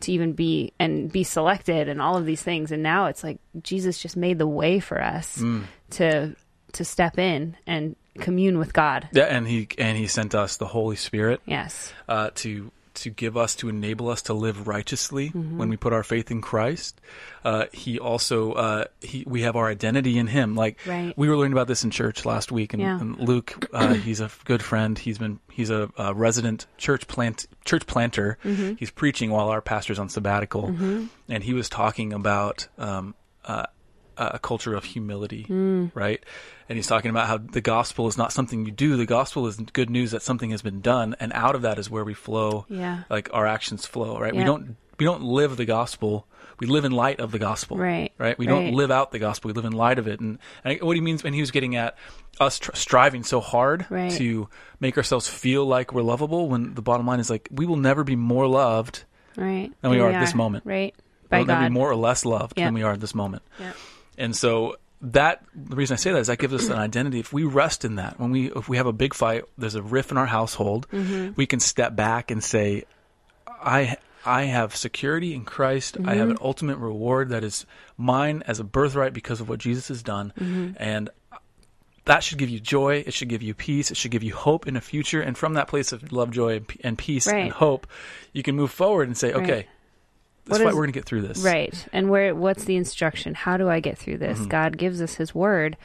Speaker 1: to even be and be selected and all of these things. And now it's like Jesus just made the way for us
Speaker 2: Mm.
Speaker 1: to to step in and commune with God.
Speaker 2: yeah, and he and he sent us the Holy Spirit.
Speaker 1: Yes,
Speaker 2: uh, to to give us to enable us to live righteously
Speaker 1: Mm-hmm.
Speaker 2: when we put our faith in Christ. Uh, he also uh, he we have our identity in Him. Like
Speaker 1: Right.
Speaker 2: we were learning about this in church last week, and,
Speaker 1: Yeah.
Speaker 2: and Luke
Speaker 1: <coughs>
Speaker 2: uh, he's a good friend. He's been he's a, uh resident church plant church planter.
Speaker 1: Mm-hmm.
Speaker 2: He's preaching while our pastor's on sabbatical, and he was talking about. Um, uh, a culture of humility,
Speaker 1: Hmm.
Speaker 2: right? And he's talking about how the gospel is not something you do. The gospel is good news that something has been done, and out of that is where we flow.
Speaker 1: Yeah.
Speaker 2: like our actions flow, right? We
Speaker 1: Yeah.
Speaker 2: don't we don't live the gospel. We live in light of the gospel,
Speaker 1: Right,
Speaker 2: Right? We
Speaker 1: right.
Speaker 2: don't live out the gospel. We live in light of it. And, and what he means when he was getting at us tr- striving so hard
Speaker 1: Right.
Speaker 2: to make ourselves feel like we're lovable, when the bottom line is like we will never be more loved.
Speaker 1: right.
Speaker 2: And we are at this moment.
Speaker 1: right?
Speaker 2: we
Speaker 1: By
Speaker 2: will never
Speaker 1: God,
Speaker 2: be more or less loved
Speaker 1: Yeah.
Speaker 2: than we are at this moment.
Speaker 1: Yeah.
Speaker 2: And so that the reason I say that is that gives us an identity. If we rest in that, when we if we have a big fight, there's a riff in our household,
Speaker 1: Mm-hmm.
Speaker 2: we can step back and say, I I have security in Christ. I have an
Speaker 1: Mm-hmm.
Speaker 2: ultimate reward that is mine as a birthright because of what Jesus has done,
Speaker 1: Mm-hmm.
Speaker 2: and that should give you joy. It should give you peace. It should give you hope in a future. And from that place of love, joy, and, p- and peace
Speaker 1: Right.
Speaker 2: and hope, you can move forward and say,
Speaker 1: Right.
Speaker 2: okay,
Speaker 1: What
Speaker 2: this fight,
Speaker 1: is-
Speaker 2: we're going to get through this.
Speaker 1: right? And where? What's the instruction? How do I get through
Speaker 2: Mm-hmm.
Speaker 1: this? God gives us His Word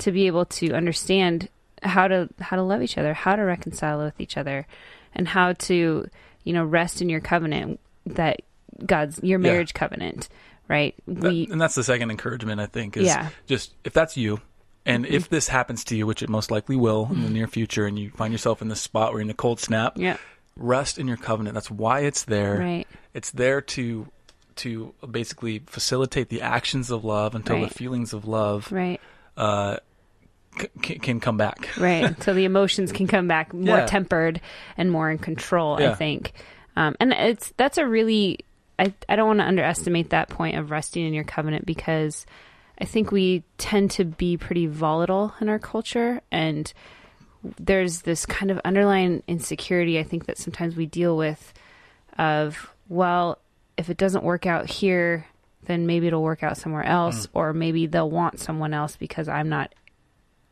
Speaker 1: to be able to understand how to how to love each other, how to reconcile with each other, and how to you know rest in your covenant that God's your
Speaker 2: Yeah.
Speaker 1: marriage covenant, right?
Speaker 2: That- <laughs>
Speaker 1: We
Speaker 2: and that's the second encouragement I think is
Speaker 1: Yeah. Mm-hmm.
Speaker 2: just if that's you and if this happens to you, which it most likely will in the near future, and you find yourself in this spot where you're in a cold snap,
Speaker 1: yeah,
Speaker 2: rest in your covenant. That's why it's there.
Speaker 1: right,
Speaker 2: It's there to to basically facilitate the actions of love until
Speaker 1: Right.
Speaker 2: the feelings of love
Speaker 1: right,
Speaker 2: uh, c- c- can come back.
Speaker 1: right. so the emotions can come back more
Speaker 2: Yeah.
Speaker 1: tempered and more in control. I
Speaker 2: Yeah.
Speaker 1: think, um, and it's that's a really I I don't want to underestimate that point of resting in your covenant because I think we tend to be pretty volatile in our culture and there's this kind of underlying insecurity I think that sometimes we deal with of well if it doesn't work out here then maybe it'll work out somewhere else or maybe they'll want someone else because I'm not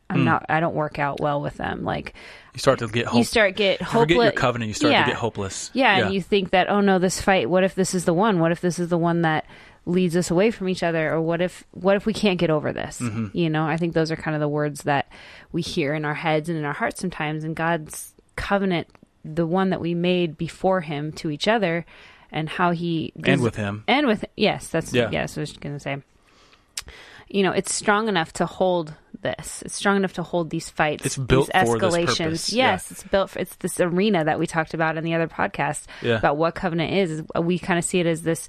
Speaker 1: I'm not I don't work out well with them like
Speaker 2: You start to get
Speaker 1: you
Speaker 2: hopeless.
Speaker 1: start get
Speaker 2: You forget your
Speaker 1: hopeless
Speaker 2: covenant. You start
Speaker 1: Yeah.
Speaker 2: to get hopeless.
Speaker 1: yeah, and you think that, oh no, this fight, what if this is the one? What if this is the one that leads us away from each other? Or what if what if we can't get over this?
Speaker 2: Mm-hmm.
Speaker 1: You know, I think those are kind of the words that we hear in our heads and in our hearts sometimes and God's covenant, the one that we made before him to each other and how he
Speaker 2: and with him.
Speaker 1: and with yes, that's
Speaker 2: Yeah.
Speaker 1: yeah. Yes, I was going to say. You know, it's strong enough to hold this. It's strong enough to hold these fights.
Speaker 2: It's built
Speaker 1: these
Speaker 2: for this
Speaker 1: escalations.
Speaker 2: purpose. Yeah.
Speaker 1: Yes, it's built for. It's this arena that we talked about in the other podcast
Speaker 2: Yeah.
Speaker 1: about what covenant is. is We kind of see it as this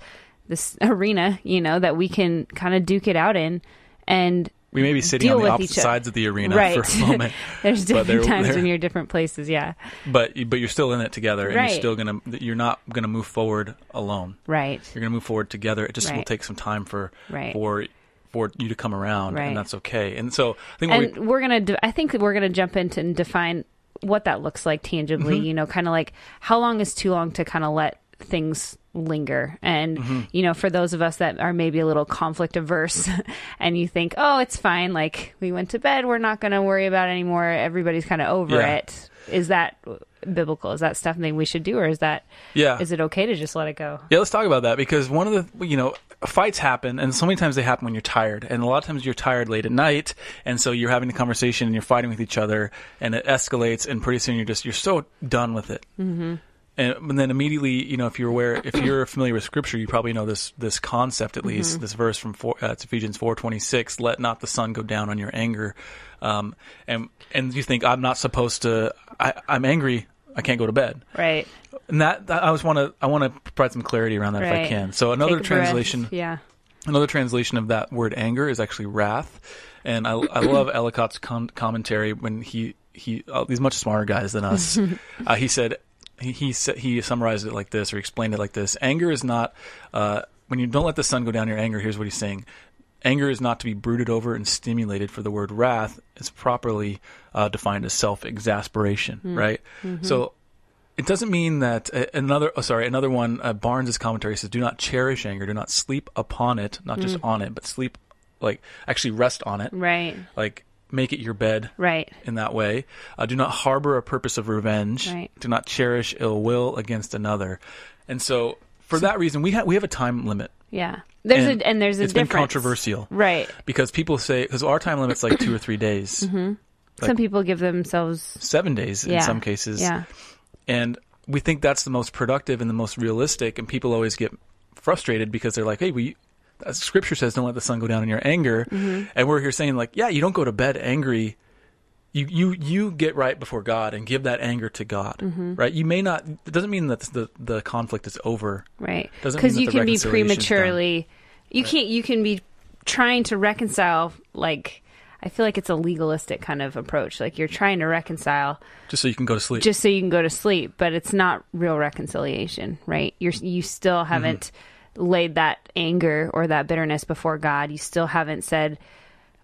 Speaker 1: this <laughs> arena, you know, that we can kind of duke it out in, and <laughs>
Speaker 2: We may be sitting
Speaker 1: deal
Speaker 2: on the
Speaker 1: with
Speaker 2: opposite
Speaker 1: each o-
Speaker 2: sides of the arena
Speaker 1: right.
Speaker 2: for a <laughs> moment.
Speaker 1: there's different
Speaker 2: they're-
Speaker 1: times
Speaker 2: they're-
Speaker 1: when you're different places. Yeah,
Speaker 2: but but you're still in it together, and
Speaker 1: Right.
Speaker 2: you're still gonna you're not gonna move forward alone.
Speaker 1: right.
Speaker 2: You're gonna move forward together. It just will
Speaker 1: Right.
Speaker 2: take some time for
Speaker 1: Right.
Speaker 2: for for you to come around,
Speaker 1: Right.
Speaker 2: and that's okay. And so I think what
Speaker 1: and we're gonna de- i think that we're gonna jump into and define what that looks like tangibly,
Speaker 2: Mm-hmm.
Speaker 1: you know, kind of like how long is too long to kind of let things linger. And,
Speaker 2: Mm-hmm.
Speaker 1: you know, for those of us that are maybe a little conflict averse <laughs> and you think, oh, it's fine. Like we went to bed. We're not going to worry about it anymore. Everybody's kind of over
Speaker 2: Yeah.
Speaker 1: it. Is that biblical? Is that something we should do? Or is that,
Speaker 2: Yeah.
Speaker 1: is it okay to just let it go?
Speaker 2: Yeah, let's talk about that because one of the you know fights happen, and so many times they happen when you're tired, and a lot of times you're tired late at night, and so you're having the conversation and you're fighting with each other, and it escalates, and pretty soon you're just you're so done with it. Mm-hmm. And, and then immediately, you know, if you're aware, if you're familiar with Scripture, you probably know this this concept at least. This verse from four, uh, it's Ephesians four twenty six: "Let not the sun go down on your anger," um, and and you think I'm not supposed to? I, I'm angry. I can't go to bed.
Speaker 1: Right.
Speaker 2: And that, that- I just want to I want to provide some clarity around that if I
Speaker 1: Right.
Speaker 2: can. So
Speaker 1: Take
Speaker 2: another
Speaker 1: a breath.
Speaker 2: translation,
Speaker 1: Yeah.
Speaker 2: another translation of that word anger is actually wrath, and I,
Speaker 1: <clears throat>
Speaker 2: I love Ellicott's con- commentary when he he uh, he's a much smarter guys
Speaker 1: <laughs>
Speaker 2: than us. uh, he said he he, said, he summarized it like this or explained it like this: anger is not uh, when you don't let the sun go down your anger. Here's what he's saying. Anger is not to be brooded over and stimulated, for the word wrath is properly uh, defined as self exasperation,
Speaker 1: Mm.
Speaker 2: right?
Speaker 1: Mm-hmm.
Speaker 2: So it doesn't mean that uh, another. Oh, sorry, another one. Uh, Barnes's commentary says, "Do not cherish anger. Do not sleep upon it. Not
Speaker 1: Mm.
Speaker 2: just on it, but sleep, like actually rest on it.
Speaker 1: Right.
Speaker 2: Like make it your bed
Speaker 1: Right.
Speaker 2: in that way. Uh, do not harbor a purpose of revenge.
Speaker 1: Right.
Speaker 2: Do not cherish ill will against another. And so, for that reason, we have we have a time limit.
Speaker 1: Yeah. There's
Speaker 2: And
Speaker 1: a, and there's a
Speaker 2: it's
Speaker 1: difference.
Speaker 2: been controversial
Speaker 1: Right.
Speaker 2: because people say because our time limit's like two or three days,
Speaker 1: Some people give themselves,
Speaker 2: seven days
Speaker 1: Mm-hmm. yeah.
Speaker 2: in some cases.
Speaker 1: Yeah.
Speaker 2: And we think that's the most productive and the most realistic. And people always get frustrated because they're like, hey, we, as scripture says, don't let the sun go down in your anger.
Speaker 1: Mm-hmm.
Speaker 2: And we're here saying, like, yeah, you don't go to bed angry. You, you you get right before God and give that anger to God,
Speaker 1: Mm-hmm.
Speaker 2: right? You may not. It doesn't mean that the the conflict is over.
Speaker 1: Right.
Speaker 2: Doesn't
Speaker 1: Because
Speaker 2: mean
Speaker 1: you
Speaker 2: that the
Speaker 1: can be
Speaker 2: reconciliation's done.
Speaker 1: prematurely. You can't. You can be trying to reconcile. Like I feel like it's a legalistic kind of approach. Like you're trying to reconcile
Speaker 2: Just so you can go to sleep.
Speaker 1: just so you can go to sleep, but it's not real reconciliation, right? You're you still
Speaker 2: Mm-hmm.
Speaker 1: haven't laid that anger or that bitterness before God. You still haven't said.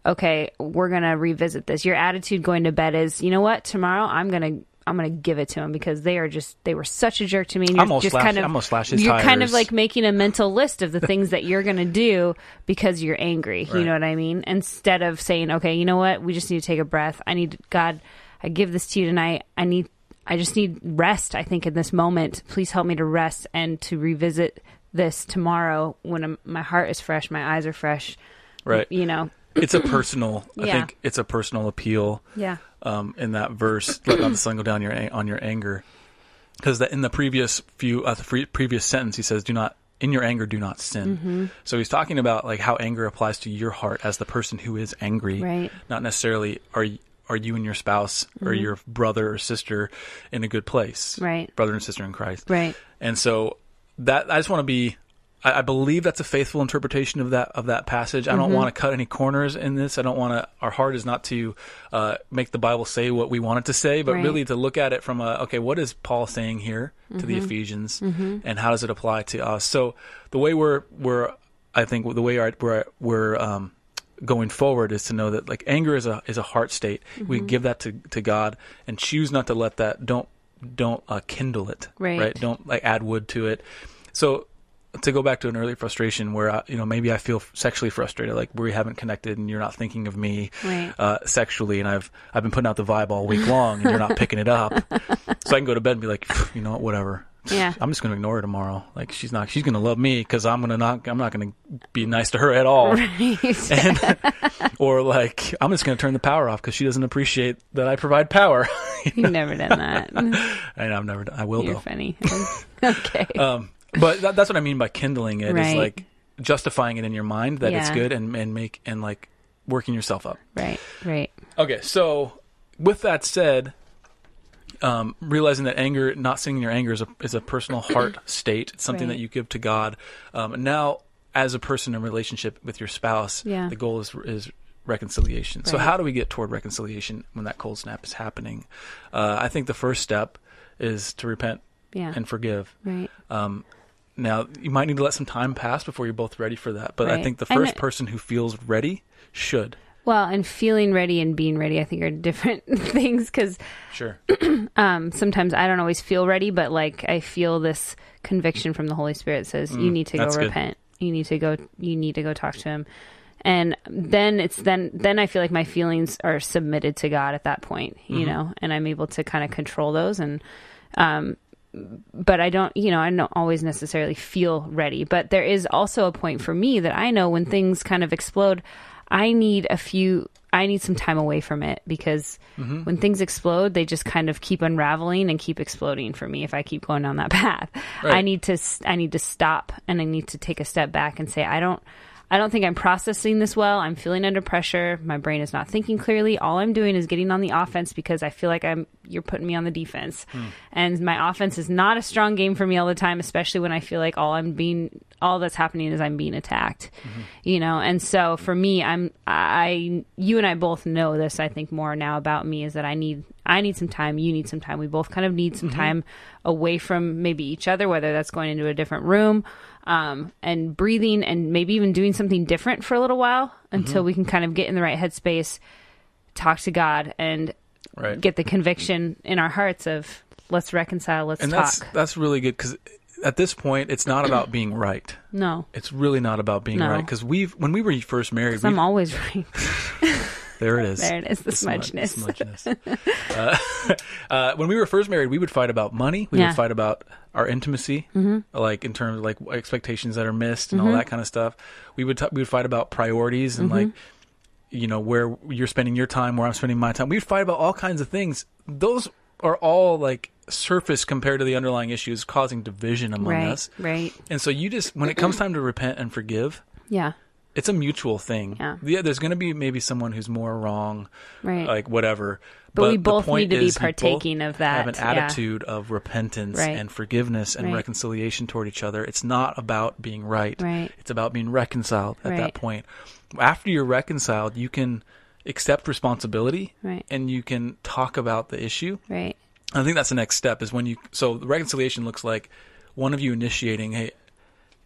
Speaker 1: Okay, we're gonna revisit this. Your attitude going to bed is, you know what? Tomorrow I'm gonna I'm gonna give it to them because they are just they were such a jerk to me. And
Speaker 2: I'm
Speaker 1: you're
Speaker 2: gonna
Speaker 1: just
Speaker 2: slash-
Speaker 1: kind of
Speaker 2: I'm gonna slash his
Speaker 1: you're kind of
Speaker 2: tires.
Speaker 1: like making a mental list of the things that you're going to do because you're angry. You
Speaker 2: Right.
Speaker 1: know what I mean? Instead of saying, okay, you know what? We just need to take a breath. I need, God, I give this to you tonight. I need, I just need rest, I think, in this moment. Please help me to rest and to revisit this tomorrow when I'm, my heart is fresh, my eyes are fresh.
Speaker 2: Right.
Speaker 1: You know?
Speaker 2: it's a personal. I
Speaker 1: Yeah.
Speaker 2: think it's a personal appeal.
Speaker 1: Yeah.
Speaker 2: um, in that verse, <clears throat> let not the sun go down your ang- on your anger, because that in the previous few uh, the free, previous sentence he says, "Do not in your anger do not sin."
Speaker 1: Mm-hmm.
Speaker 2: So he's talking about like how anger applies to your heart as the person who is angry,
Speaker 1: Right. Mm-hmm.
Speaker 2: not necessarily are y- are you and your spouse or your brother or sister in a good place,
Speaker 1: Right.
Speaker 2: Brother and sister in Christ,
Speaker 1: Right.
Speaker 2: and so that I just want to be. I, I believe that's a faithful interpretation of that of that passage. I don't want to cut any corners in this. I don't want to. Our heart is not to uh, make the Bible say what we want it to say, but
Speaker 1: Right.
Speaker 2: really to look at it from a okay, what is Paul saying here to the Ephesians, and how does it apply to us? So the way we're we're I think the way our, we're we're um, going forward is to know that like anger is a is a heart state. We give that to to God and choose not to let that don't don't uh, kindle it
Speaker 1: Right.
Speaker 2: don't like add wood to it so to go back to an earlier frustration where I, you know maybe i feel sexually frustrated like we haven't connected and you're not thinking of me
Speaker 1: Right.
Speaker 2: uh, sexually and i've i've been putting out the vibe all week long and you're not picking it up <laughs> so i can go to bed and be like you know what, whatever <laughs>
Speaker 1: Yeah. <laughs>
Speaker 2: i'm just going to ignore her tomorrow like she's not she's going to love me because i'm going to not i'm not going to be nice to her at all
Speaker 1: Right.
Speaker 2: <laughs> and, or like i'm just going to turn the power off because she doesn't appreciate that i provide power <laughs>
Speaker 1: You've never done that.
Speaker 2: and i've never done, i will
Speaker 1: You're
Speaker 2: though
Speaker 1: funny. <laughs> okay.
Speaker 2: <laughs> um, but that, that's what I mean by kindling it is
Speaker 1: Right.
Speaker 2: like justifying it in your mind that it's
Speaker 1: Yeah.
Speaker 2: good and and make and like working yourself up.
Speaker 1: right. Right.
Speaker 2: Okay, so with that said, um, realizing that anger, not seeing your anger, is a is
Speaker 1: <clears throat>
Speaker 2: a personal heart state. It's something
Speaker 1: Right.
Speaker 2: that you give to God. Um, and now, as a person in relationship with your spouse,
Speaker 1: Yeah.
Speaker 2: the goal is is reconciliation. So,
Speaker 1: Right.
Speaker 2: how do we get toward reconciliation when that cold snap is happening? Uh, I think the first step is to repent
Speaker 1: Yeah.
Speaker 2: and forgive.
Speaker 1: right.
Speaker 2: Um, now you might need to let some time pass before you're both ready for that. But I
Speaker 1: Right.
Speaker 2: think the
Speaker 1: And
Speaker 2: first
Speaker 1: it-
Speaker 2: person who feels ready should.
Speaker 1: Well, and feeling ready and being ready, I think, are different <laughs> things because
Speaker 2: Sure.
Speaker 1: um, sometimes I don't always feel ready, but like I feel this conviction from the Holy Spirit that says you need to go
Speaker 2: Mm, that's good.
Speaker 1: repent. You need to go. You need to go talk to Him, and then it's then then I feel like my feelings are submitted to God at that point,
Speaker 2: Mm-hmm.
Speaker 1: you know, and I'm able to kind of control those and. Um, but I don't, you know, I don't always necessarily feel ready. But there is also a point for me that I know when things kind of explode, I need a few, I need some time away from it because when things explode, they just kind of keep unraveling and keep exploding for me if I keep going down that <laughs> path. I
Speaker 2: Right.
Speaker 1: need to, s- I need to stop and I need to take a step back and say, I don't. I don't think I'm processing this well. I'm feeling under pressure. My brain is not thinking clearly. All I'm doing is getting on the offense because I feel like I'm you're putting me on the defense. And my offense is not a strong game for me all the time, especially when I feel like all I'm being all that's happening is I'm being attacked. You know, and so for me, I'm I you and I both know this I think more now about me is that I need I need some time, you need some time. We both kind of need
Speaker 2: Mm-hmm.
Speaker 1: some time away from maybe each other, whether that's going into a different room um, and breathing and maybe even doing something different for a little while
Speaker 2: Mm-hmm.
Speaker 1: until we can kind of get in the right headspace, talk to God, and
Speaker 2: Right.
Speaker 1: get the conviction in our hearts of let's reconcile, let's
Speaker 2: and
Speaker 1: talk.
Speaker 2: that's that's really good because at this point, it's not about being right.
Speaker 1: no,
Speaker 2: It's really not about being
Speaker 1: No.
Speaker 2: right because we've when we were first married,
Speaker 1: I'm
Speaker 2: we,
Speaker 1: always <laughs> right.
Speaker 2: there it is.
Speaker 1: There it is, the smudgeness.
Speaker 2: Smudge, smudgeness. uh, <laughs> uh, when we were first married, we would fight about money. We
Speaker 1: Yeah. Mm-hmm.
Speaker 2: would fight about our intimacy, like in terms of like expectations that are missed and all that kind of stuff. We would t- we would fight about priorities and like
Speaker 1: Mm-hmm.
Speaker 2: you know where you're spending your time, where I'm spending my time. We would fight about all kinds of things. Those are all like surface compared to the underlying issues causing division among
Speaker 1: right,
Speaker 2: us.
Speaker 1: right.
Speaker 2: And so you just when it comes time to repent and forgive,
Speaker 1: Yeah,
Speaker 2: it's a mutual thing.
Speaker 1: Yeah.
Speaker 2: there's going to be maybe someone who's more wrong,
Speaker 1: Right.
Speaker 2: Like whatever.
Speaker 1: But we
Speaker 2: the
Speaker 1: both
Speaker 2: point
Speaker 1: need to be
Speaker 2: is you both
Speaker 1: partaking of that,
Speaker 2: Have an
Speaker 1: yeah.
Speaker 2: attitude of repentance
Speaker 1: Right.
Speaker 2: and forgiveness and
Speaker 1: Right.
Speaker 2: reconciliation toward each other. It's not about being right.
Speaker 1: Right.
Speaker 2: It's about being reconciled at
Speaker 1: Right.
Speaker 2: that point. After you're reconciled, you can accept responsibility
Speaker 1: Right.
Speaker 2: and you can talk about the issue.
Speaker 1: right.
Speaker 2: I think that's the next step is when you so the reconciliation looks like one of you initiating, hey,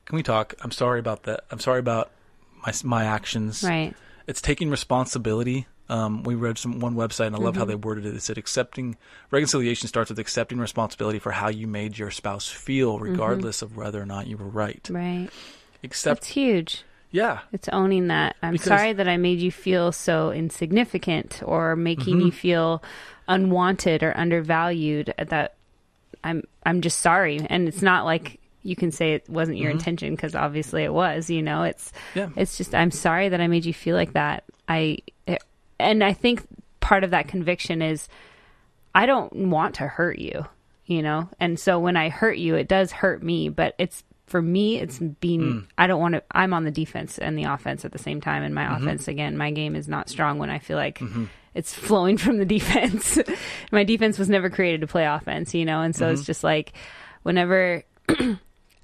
Speaker 2: can we talk? I'm sorry about that. I'm sorry about my my actions.
Speaker 1: Right.
Speaker 2: It's taking responsibility. Um, we read some one website and I love how they worded it. It said accepting reconciliation starts with accepting responsibility for how you made your spouse feel, regardless of whether or not you were right.
Speaker 1: Right. That's
Speaker 2: Except,
Speaker 1: huge.
Speaker 2: yeah,
Speaker 1: It's owning that. I'm
Speaker 2: Because-
Speaker 1: sorry that I made you feel so insignificant or making you feel unwanted or undervalued that I'm I'm just sorry and it's not like you can say it wasn't your intention because obviously it was, you know. It's
Speaker 2: Yeah.
Speaker 1: it's just I'm sorry that I made you feel like that. I and I think part of that conviction is I don't want to hurt you, you know? And so when I hurt you, it does hurt me, but it's for me, it's being,
Speaker 2: Mm.
Speaker 1: I don't want to, I'm on the defense and the offense at the same time. And my
Speaker 2: Mm-hmm.
Speaker 1: offense, again, my game is not strong when I feel like it's flowing from the <laughs> defense. my defense was never created to play offense, you know? And so
Speaker 2: Mm-hmm.
Speaker 1: it's just like, whenever <clears throat>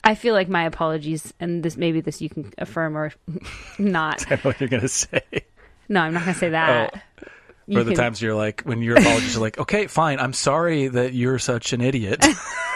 Speaker 1: I feel like my apologies, and this, maybe this you can affirm or <laughs> not.
Speaker 2: <laughs> I know what you're gonna say.
Speaker 1: No, I'm not going to say that. You
Speaker 2: Or Oh, the
Speaker 1: can-
Speaker 2: times you're like when your apologies
Speaker 1: <laughs>
Speaker 2: are like, okay, fine, I'm sorry that you're such an idiot.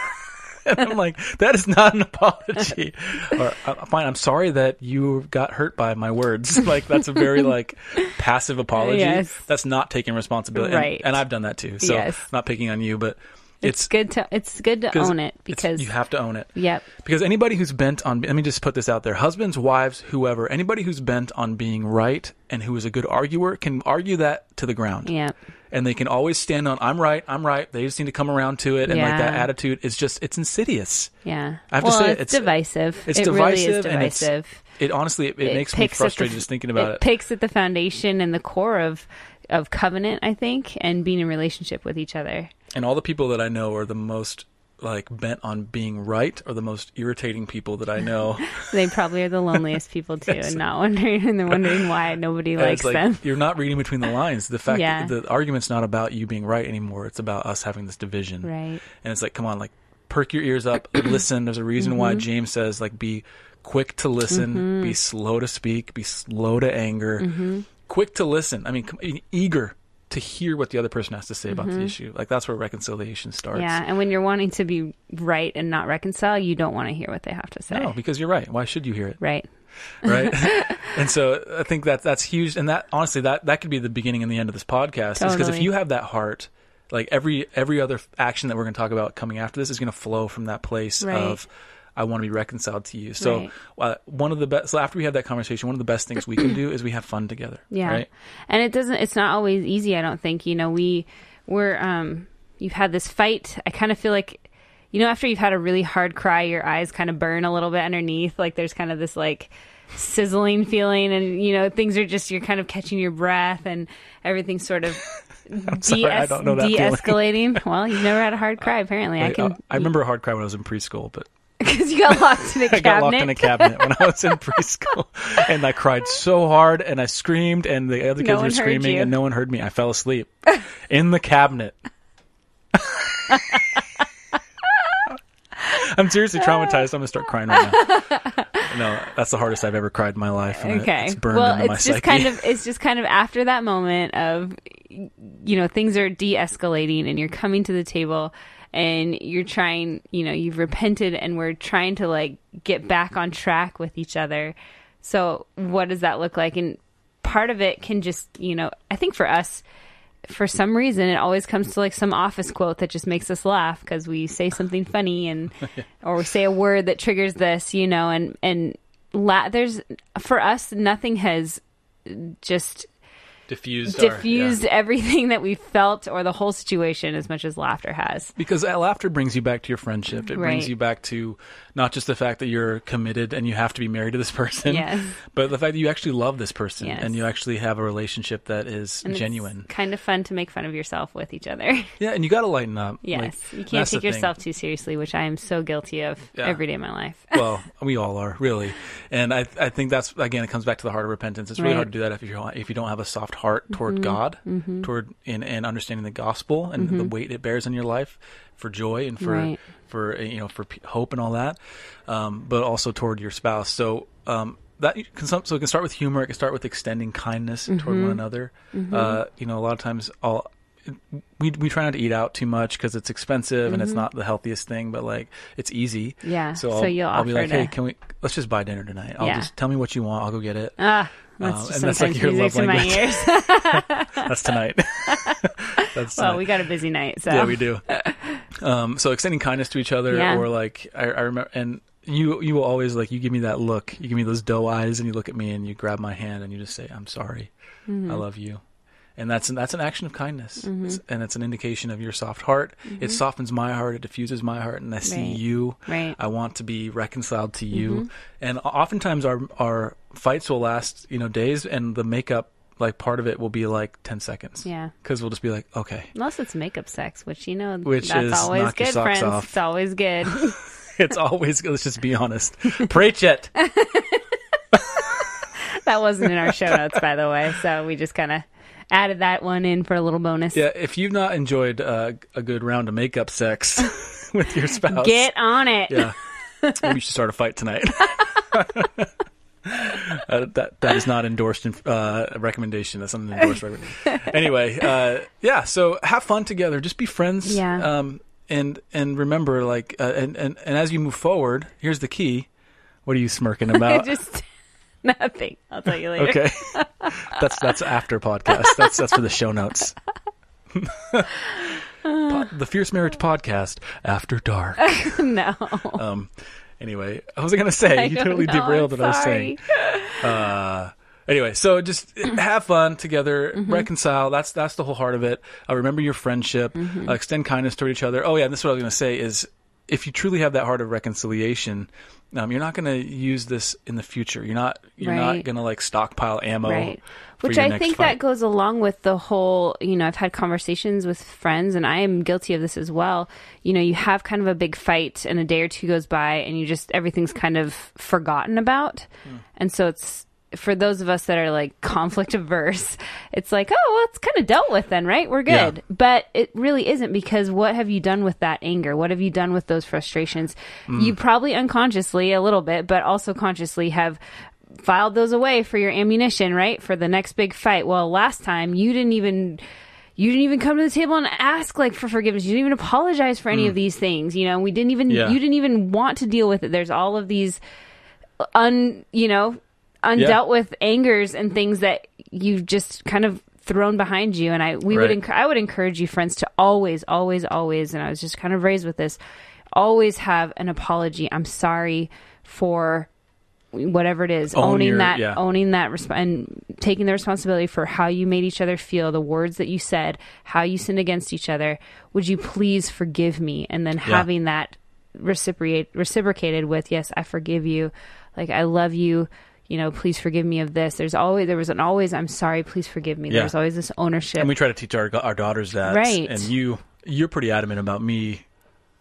Speaker 2: <laughs> and I'm like, that is not
Speaker 1: <laughs>
Speaker 2: an apology. Or "Uh, fine, I'm sorry that you got hurt by my words. <laughs> Like that's a very like passive apology.
Speaker 1: Yes.
Speaker 2: That's not taking responsibility. And-
Speaker 1: Right.
Speaker 2: And, I've done that too. So
Speaker 1: Yes.
Speaker 2: not picking on you, but
Speaker 1: It's,
Speaker 2: it's,
Speaker 1: good to, it's good to
Speaker 2: 'cause
Speaker 1: own it
Speaker 2: it's-
Speaker 1: because,
Speaker 2: you have to own it.
Speaker 1: yep.
Speaker 2: Because anybody who's bent on, let me just put this out there husbands, wives, whoever, anybody who's bent on being right and who is a good arguer can argue that to the ground
Speaker 1: Yeah.
Speaker 2: and they can always stand on i'm right i'm right they just need to come around to it and like that
Speaker 1: Yeah.
Speaker 2: attitude is just it's insidious
Speaker 1: Yeah.
Speaker 2: I have to
Speaker 1: well,
Speaker 2: say,
Speaker 1: it's,
Speaker 2: it's- uh,
Speaker 1: divisive.
Speaker 2: it's
Speaker 1: it
Speaker 2: divisive
Speaker 1: really is
Speaker 2: and it's-
Speaker 1: divisive.
Speaker 2: it honestly it, it, makes me
Speaker 1: picks at the-
Speaker 2: frustrated just thinking about it,
Speaker 1: picks at the foundation and the core of of covenant, I think, and being in relationship with each other.
Speaker 2: and all the people that i know are the most like bent on being right are the most irritating people that i
Speaker 1: <laughs>
Speaker 2: know
Speaker 1: They probably are the loneliest people
Speaker 2: <laughs>
Speaker 1: too, and not wondering and they're wondering why nobody
Speaker 2: And
Speaker 1: likes
Speaker 2: it's like <laughs>
Speaker 1: them.
Speaker 2: you're not reading between the lines the fact
Speaker 1: Yeah.
Speaker 2: that the argument's not about you being right anymore it's about us having this division
Speaker 1: Right.
Speaker 2: and it's like come on like perk your ears up <clears throat> listen there's a reason why james says like be quick to listen be slow to speak be slow to anger quick to listen i mean come- e- eager to hear what the other person has to say about the issue like that's where reconciliation starts
Speaker 1: Yeah, and when you're wanting to be right and not reconcile, you don't want to hear what they have to say.
Speaker 2: no because you're right why should you hear it
Speaker 1: Right. <laughs>
Speaker 2: right? and so I think that that's huge, and that honestly that that could be the beginning and the end of this podcast, because if
Speaker 1: Totally.
Speaker 2: you have that heart, like every every other f- action that we're going to talk about coming after this is going to flow from that place
Speaker 1: Right.
Speaker 2: of. I want to be reconciled to you. So
Speaker 1: Right.
Speaker 2: uh, one of the best. So after we have that conversation, one of the best things we can do is we have fun together.
Speaker 1: Yeah.
Speaker 2: Right. <laughs>
Speaker 1: And it doesn't it's not always easy, I don't think. You know, we we're um you've had this fight. I kind of feel like you know, after you've had a really hard cry, your eyes kind of burn a little bit underneath. Like there's kind of this like sizzling feeling and you know, things are just you're kind of catching your breath and everything sort of
Speaker 2: <laughs> sorry, I
Speaker 1: de-es-
Speaker 2: don't know that feeling.
Speaker 1: de-escalating. well, you've never had a hard cry apparently. I
Speaker 2: Wait,
Speaker 1: <laughs>
Speaker 2: uh,
Speaker 1: can
Speaker 2: I remember a hard cry when I was in preschool, but
Speaker 1: cuz you got locked in a
Speaker 2: <laughs> I
Speaker 1: cabinet. <laughs>
Speaker 2: got locked in a cabinet when I was in preschool, and I cried so hard, and I screamed, and the other
Speaker 1: No one
Speaker 2: kids were
Speaker 1: heard
Speaker 2: screaming,
Speaker 1: you.
Speaker 2: and no one heard me. I fell asleep <laughs> in the cabinet. <laughs> I'm seriously traumatized. I'm gonna start crying right now.
Speaker 1: <laughs>
Speaker 2: No, that's the hardest I've ever cried in my life. And it-
Speaker 1: okay
Speaker 2: it's burned
Speaker 1: well
Speaker 2: into
Speaker 1: it's
Speaker 2: my
Speaker 1: just
Speaker 2: psyche.
Speaker 1: kind of it's just kind of after that moment of you know things are de-escalating and you're coming to the table and you're trying you know you've repented and we're trying to like get back on track with each other so what does that look like and part of it can just you know i think for us for some reason it always comes to like some office quote that just makes us laugh because we say something funny
Speaker 2: <laughs>
Speaker 1: and or we say a word that triggers this you know and and la- there's for us nothing has just
Speaker 2: diffused. our- yeah.
Speaker 1: diffused everything that we felt or the whole situation as much as laughter has
Speaker 2: Because that laughter brings you back to your friendship. It brings
Speaker 1: Right.
Speaker 2: you back to not just the fact that you're committed and you have to be married to this <laughs> person,
Speaker 1: Yes.
Speaker 2: but the fact that you actually love this person
Speaker 1: Yes.
Speaker 2: and you actually have a relationship that is
Speaker 1: And it's
Speaker 2: genuine.
Speaker 1: kind of fun to make fun of yourself with each other <laughs>
Speaker 2: Yeah, and you got to lighten up.
Speaker 1: yes
Speaker 2: Like,
Speaker 1: you can't
Speaker 2: that's
Speaker 1: take
Speaker 2: the thing.
Speaker 1: yourself too seriously which i am so guilty of
Speaker 2: Yeah.
Speaker 1: every day of my life <laughs>
Speaker 2: well, we all are really, and I I think that's again it comes back to the heart of repentance. It's really
Speaker 1: Right. Mm-hmm.
Speaker 2: hard to do that if you if you don't have a soft heart toward God, toward in and understanding the gospel and the weight it bears in your life for joy and for
Speaker 1: Mm-hmm. Right.
Speaker 2: for uh, you know for p- hope and all that, um, but also toward your spouse. So um, that you can some, so it can start with humor. It can start with extending kindness toward
Speaker 1: Mm-hmm.
Speaker 2: one another. Uh, you know, a lot of times all we we try not to eat out too much because it's expensive and it's
Speaker 1: Mm-hmm.
Speaker 2: not the healthiest thing, but like it's easy.
Speaker 1: Yeah,
Speaker 2: So,
Speaker 1: so
Speaker 2: I'll,
Speaker 1: you'll
Speaker 2: I'll be
Speaker 1: offer
Speaker 2: like,
Speaker 1: to-
Speaker 2: hey, can we? Let's just buy dinner tonight. I'll
Speaker 1: Yeah.
Speaker 2: just tell me what you want. I'll go get it.
Speaker 1: ah
Speaker 2: Um,
Speaker 1: that's just
Speaker 2: and that's like
Speaker 1: sometimes
Speaker 2: your
Speaker 1: music to
Speaker 2: love
Speaker 1: my
Speaker 2: language.
Speaker 1: ears <laughs>
Speaker 2: That's tonight. <laughs> That's
Speaker 1: well
Speaker 2: tonight.
Speaker 1: we got a busy night so
Speaker 2: yeah,
Speaker 1: <laughs>
Speaker 2: we do. Um, so extending kindness to each other,
Speaker 1: Yeah.
Speaker 2: or like I, I remember, and you you will always like you give me that look. You give me those doe eyes, and you look at me, and you grab my hand, and you just say, "I'm sorry,
Speaker 1: Mm-hmm.
Speaker 2: I love you." And that's that's an action of kindness, it's, and it's an indication of your soft heart. It softens my heart, it diffuses my heart, and I see
Speaker 1: Mm-hmm. Right.
Speaker 2: you.
Speaker 1: Right. Mm-hmm.
Speaker 2: I want to be reconciled to you. And oftentimes our our fights will last, you know, days, and the makeup like part of it will be like ten seconds.
Speaker 1: Yeah.
Speaker 2: because we'll just be like, okay,
Speaker 1: Unless it's makeup sex, which you know
Speaker 2: Which
Speaker 1: that's
Speaker 2: is
Speaker 1: always
Speaker 2: knock your
Speaker 1: good,
Speaker 2: socks
Speaker 1: friends.
Speaker 2: off.
Speaker 1: It's always good. <laughs>
Speaker 2: It's always let's just be honest.
Speaker 1: <laughs>
Speaker 2: Preach it.
Speaker 1: that wasn't in our show notes, by the way, so we just kind of added that one in for a little bonus.
Speaker 2: Yeah, if you've not enjoyed uh, a good round of makeup sex <laughs> with your spouse,
Speaker 1: Get on it. <laughs>
Speaker 2: yeah, maybe you should start a fight tonight. <laughs> Uh, that that is not endorsed in, uh, a recommendation. That's not an endorsed recommendation. Anyway, uh, yeah. So have fun together. Just be friends.
Speaker 1: Yeah.
Speaker 2: Um. And and remember, like, uh, and and and as you move forward, here's the key. What are you
Speaker 1: <laughs>
Speaker 2: smirking about?
Speaker 1: just nothing. I'll tell you later.
Speaker 2: Uh, Okay. <laughs> that's that's after podcast. That's that's for the show notes.
Speaker 1: <laughs>
Speaker 2: Po- the Fierce Marriage podcast after
Speaker 1: <laughs>
Speaker 2: dark.
Speaker 1: <laughs> no.
Speaker 2: Um anyway, I was going to say you
Speaker 1: don't <laughs>
Speaker 2: totally
Speaker 1: know.
Speaker 2: derailed
Speaker 1: I'm
Speaker 2: what I was
Speaker 1: sorry.
Speaker 2: saying. Uh Anyway, so just have fun together,
Speaker 1: Mm-hmm.
Speaker 2: reconcile. That's that's the whole heart of it. Uh, remember your friendship,
Speaker 1: Mm-hmm.
Speaker 2: uh, extend kindness toward each other. Oh yeah, and this is what I was going to say is if you truly have that heart of reconciliation, um, you're not going to use this in the future. You're not you're not
Speaker 1: Right.
Speaker 2: going to like stockpile ammo.
Speaker 1: Right.
Speaker 2: for
Speaker 1: Which
Speaker 2: your
Speaker 1: I
Speaker 2: next
Speaker 1: think
Speaker 2: fight.
Speaker 1: that goes along with the whole, you know, I've had conversations with friends and I am guilty of this as well. You know, you have kind of a big fight and a day or two goes by and you just, everything's kind of forgotten about.
Speaker 2: Hmm.
Speaker 1: And so it's, for those of us that are like <laughs> conflict averse, it's like, oh, well, it's kind of dealt with then, right? We're
Speaker 2: Yeah.
Speaker 1: good. But it really isn't because what have you done with that anger? What have you done with those frustrations? You probably unconsciously a little bit, but also consciously have filed those away for your ammunition, right? For the next big fight. Well, last time you didn't even you didn't even come to the table and ask like for forgiveness. You didn't even apologize for any of these things, you know. We didn't even
Speaker 2: Yeah.
Speaker 1: you didn't even want to deal with it. There's all of these un you know undealt with angers and things that you've just kind of thrown behind you. And I we would
Speaker 2: Right.
Speaker 1: enc- I would encourage you, friends, to always, always, always. And I was just kind of raised with this. Always have an apology. I'm sorry for whatever it is.
Speaker 2: Own
Speaker 1: owning
Speaker 2: your-
Speaker 1: that,
Speaker 2: yeah.
Speaker 1: owning that, resp- and taking the responsibility for how you made each other feel, the words that you said, how you sinned against each other. Would you please forgive me? And then
Speaker 2: Yeah.
Speaker 1: having that reciprocate reciprocated with yes i forgive you like i love you you know please forgive me of this there's always there was an always i'm sorry please forgive me
Speaker 2: Yeah.
Speaker 1: there's always this ownership
Speaker 2: And we try to teach our our daughters that.
Speaker 1: Right.
Speaker 2: And you you're pretty adamant about me,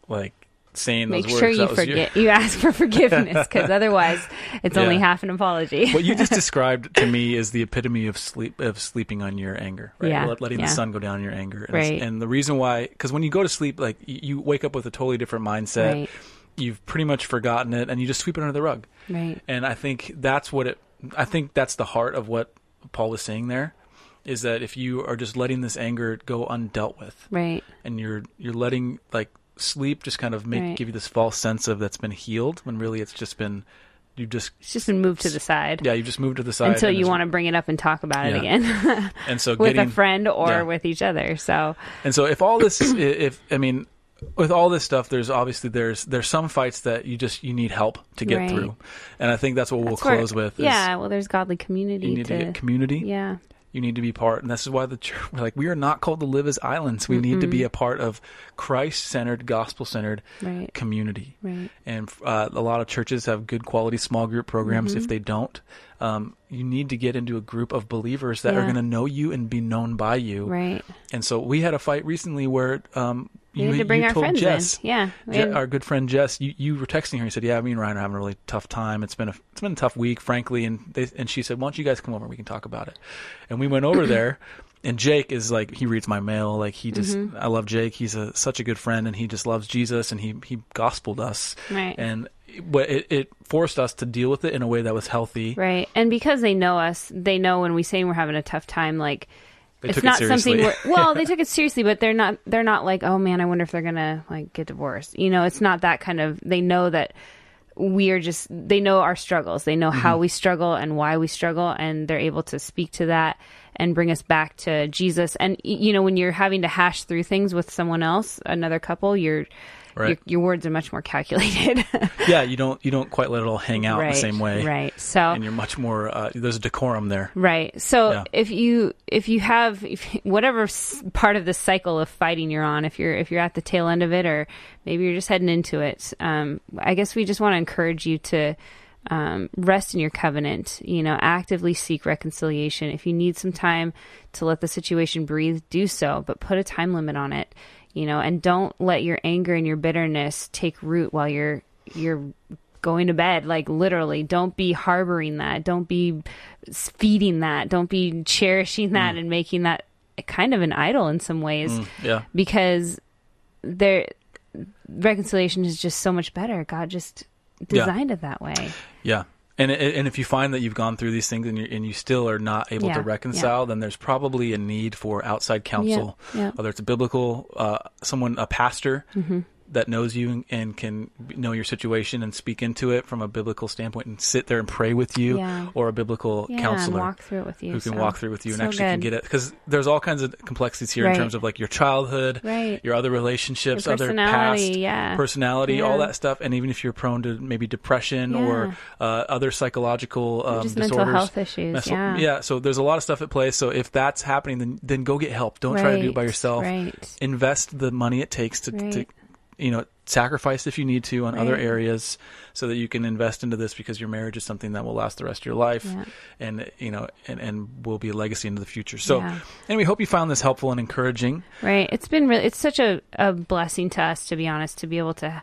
Speaker 2: like saying
Speaker 1: make
Speaker 2: those words.
Speaker 1: sure you
Speaker 2: That was your-
Speaker 1: forget you ask for forgiveness
Speaker 2: <laughs>
Speaker 1: because otherwise it's only
Speaker 2: Yeah.
Speaker 1: half an apology <laughs>
Speaker 2: what you just described to me is the epitome of sleep of sleeping on your anger, right?
Speaker 1: Yeah,
Speaker 2: Let- Letting
Speaker 1: yeah.
Speaker 2: the sun go down on your anger, and,
Speaker 1: Right.
Speaker 2: it's, and the reason why, because when you go to sleep, like you, you wake up with a totally different mindset.
Speaker 1: Right.
Speaker 2: You've pretty much forgotten it, and you just sweep it under the rug.
Speaker 1: right
Speaker 2: And I think that's what it. I think that's the heart of what Paul was saying there, is that if you are just letting this anger go undealt with,
Speaker 1: right
Speaker 2: and you're you're letting like sleep just kind of make
Speaker 1: Right.
Speaker 2: give you this false sense of that's been healed when really it's just been you just
Speaker 1: it's just been moved to the side
Speaker 2: yeah you've just moved to the side
Speaker 1: until
Speaker 2: and
Speaker 1: you
Speaker 2: it's-
Speaker 1: want to bring it up and talk about it
Speaker 2: Yeah.
Speaker 1: again <laughs>
Speaker 2: and so
Speaker 1: with
Speaker 2: getting
Speaker 1: a friend or
Speaker 2: yeah.
Speaker 1: with each other so
Speaker 2: And so if all this, i- if I mean, with all this stuff, there's obviously there's there's some fights that you just you need help to get
Speaker 1: Right.
Speaker 2: through, and I think that's what we'll
Speaker 1: that's where-
Speaker 2: close with. is
Speaker 1: yeah well there's godly community
Speaker 2: you need to,
Speaker 1: to,
Speaker 2: get community.
Speaker 1: yeah
Speaker 2: You need to be part, and this is why the church we're like we are not called to live as islands. We need to be a part of Christ-centered, gospel-centered
Speaker 1: right
Speaker 2: community.
Speaker 1: right
Speaker 2: And uh, a lot of churches have good quality small group programs.
Speaker 1: Mm-hmm.
Speaker 2: If they don't, um, you need to get into a group of believers that are
Speaker 1: Yeah.
Speaker 2: going to know you and be known by you.
Speaker 1: right
Speaker 2: And so we had a fight recently where um,
Speaker 1: we
Speaker 2: you,
Speaker 1: had to bring
Speaker 2: you
Speaker 1: our
Speaker 2: told
Speaker 1: friends
Speaker 2: Jess,
Speaker 1: in yeah we
Speaker 2: Je-
Speaker 1: had-
Speaker 2: our good friend Jess, you, you were texting her. and You said, "Yeah, me and Ryan are having a really tough time. It's been a it's been a tough week, frankly." And they and she said, "Why don't you guys come over? and We can talk about it." And we went
Speaker 1: <clears throat>
Speaker 2: over there, and Jake is like he reads my mail. Like he just
Speaker 1: Mm-hmm.
Speaker 2: I love Jake. He's a such a good friend, and he just loves Jesus, and he he gospeled us,
Speaker 1: Right.
Speaker 2: and it- but it, it forced us to deal with it in a way that was healthy.
Speaker 1: Right. And because they know us, they know when we say we're having a tough time, like
Speaker 2: They
Speaker 1: it's
Speaker 2: took it
Speaker 1: not something
Speaker 2: seriously.
Speaker 1: we're well,
Speaker 2: <laughs>
Speaker 1: they took it seriously, but they're not they're not like, Oh man, I wonder if they're gonna like get divorced. You know, it's not that kind of they know that we are just they know our struggles. They know
Speaker 2: Mm-hmm.
Speaker 1: how we struggle and why we struggle and they're able to speak to that and bring us back to Jesus. And y- you know, when you're having to hash through things with someone else, another couple, you're
Speaker 2: Right.
Speaker 1: Your, your words are much more calculated, <laughs>
Speaker 2: Yeah, you don't you don't quite let it all hang out
Speaker 1: right?
Speaker 2: the same way.
Speaker 1: right? So,
Speaker 2: And you're much more uh, there's a decorum there.
Speaker 1: Right. So
Speaker 2: Yeah.
Speaker 1: if you if you have if, whatever s- part of the cycle of fighting you're on, if you're if you're at the tail end of it, or maybe you're just heading into it, um, I guess we just want to encourage you to um, rest in your covenant. You know, actively seek reconciliation. If you need some time to let the situation breathe, do so, but put a time limit on it. You know, and don't let your anger and your bitterness take root while you're you're going to bed like literally don't be harboring that don't be s- feeding that don't be cherishing
Speaker 2: Mm.
Speaker 1: that and making that kind of an idol in some ways
Speaker 2: Yeah.
Speaker 1: because there reconciliation is just so much better god just designed it that way
Speaker 2: Yeah. And it- and if you find that you've gone through these things and you and you still are not able
Speaker 1: Yeah,
Speaker 2: to reconcile, then there's probably a need for outside counsel,
Speaker 1: yeah.
Speaker 2: whether it's a biblical uh, someone, a pastor
Speaker 1: Mm-hmm.
Speaker 2: that knows you and, and can know your situation and speak into it from a biblical standpoint and sit there and pray with you,
Speaker 1: Yeah.
Speaker 2: or a biblical
Speaker 1: yeah
Speaker 2: counselor
Speaker 1: and walk through it with you
Speaker 2: who can
Speaker 1: so-
Speaker 2: walk through with you and
Speaker 1: so
Speaker 2: actually can
Speaker 1: good.
Speaker 2: get it because there's all kinds of complexities here
Speaker 1: Right.
Speaker 2: in terms of like your childhood,
Speaker 1: Right.
Speaker 2: your other relationships,
Speaker 1: Your
Speaker 2: other past
Speaker 1: personality, yeah.
Speaker 2: personality,
Speaker 1: Yeah.
Speaker 2: all that stuff, and even if you're prone to maybe depression or uh, other psychological um,
Speaker 1: just mental
Speaker 2: disorders,
Speaker 1: health issues
Speaker 2: mental-
Speaker 1: yeah
Speaker 2: So there's a lot of stuff at play. So if that's happening, then then go get help. Don't try to do it by
Speaker 1: Right,
Speaker 2: yourself.
Speaker 1: right
Speaker 2: Invest the money it takes to, to
Speaker 1: Right.
Speaker 2: you know sacrifice if you need to on other
Speaker 1: Right.
Speaker 2: areas so that you can invest into this because your marriage is something that will last the rest of your life
Speaker 1: Yeah.
Speaker 2: and you know and and will be a legacy into the future so
Speaker 1: Yeah.
Speaker 2: and we hope you found this helpful and encouraging
Speaker 1: Right. It's been really, it's such a, a blessing to us, to be honest, to be able to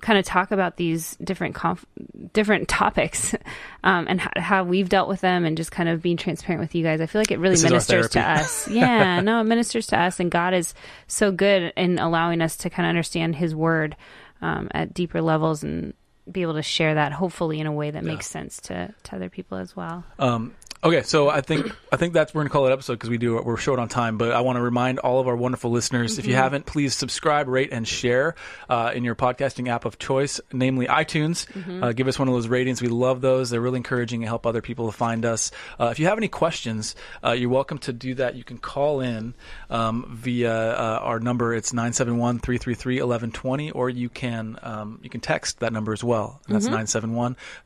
Speaker 1: kind of talk about these different conf- different topics <laughs> um, and how, how we've dealt with them and just kind of being transparent with you guys. I feel like it really
Speaker 2: This is our
Speaker 1: ministers to
Speaker 2: therapy. <laughs>
Speaker 1: us. Yeah. no, it ministers to us. And God is so good in allowing us to kind of understand his word um, at deeper levels and be able to share that hopefully in a way that makes sense to, to other people as well.
Speaker 2: um Okay, so I think I think that's we're gonna call it episode because we do we're short on time. But I want to remind all of our wonderful listeners, if you haven't, please subscribe, rate, and share uh, in your podcasting app of choice, namely iTunes. Uh, give us one of those ratings. We love those. They're really encouraging and help other people to find us. Uh, if you have any questions, uh, you're welcome to do that. You can call in um, via uh, our number. It's 971-333-1120, or you can um, you can text that number as well. And that's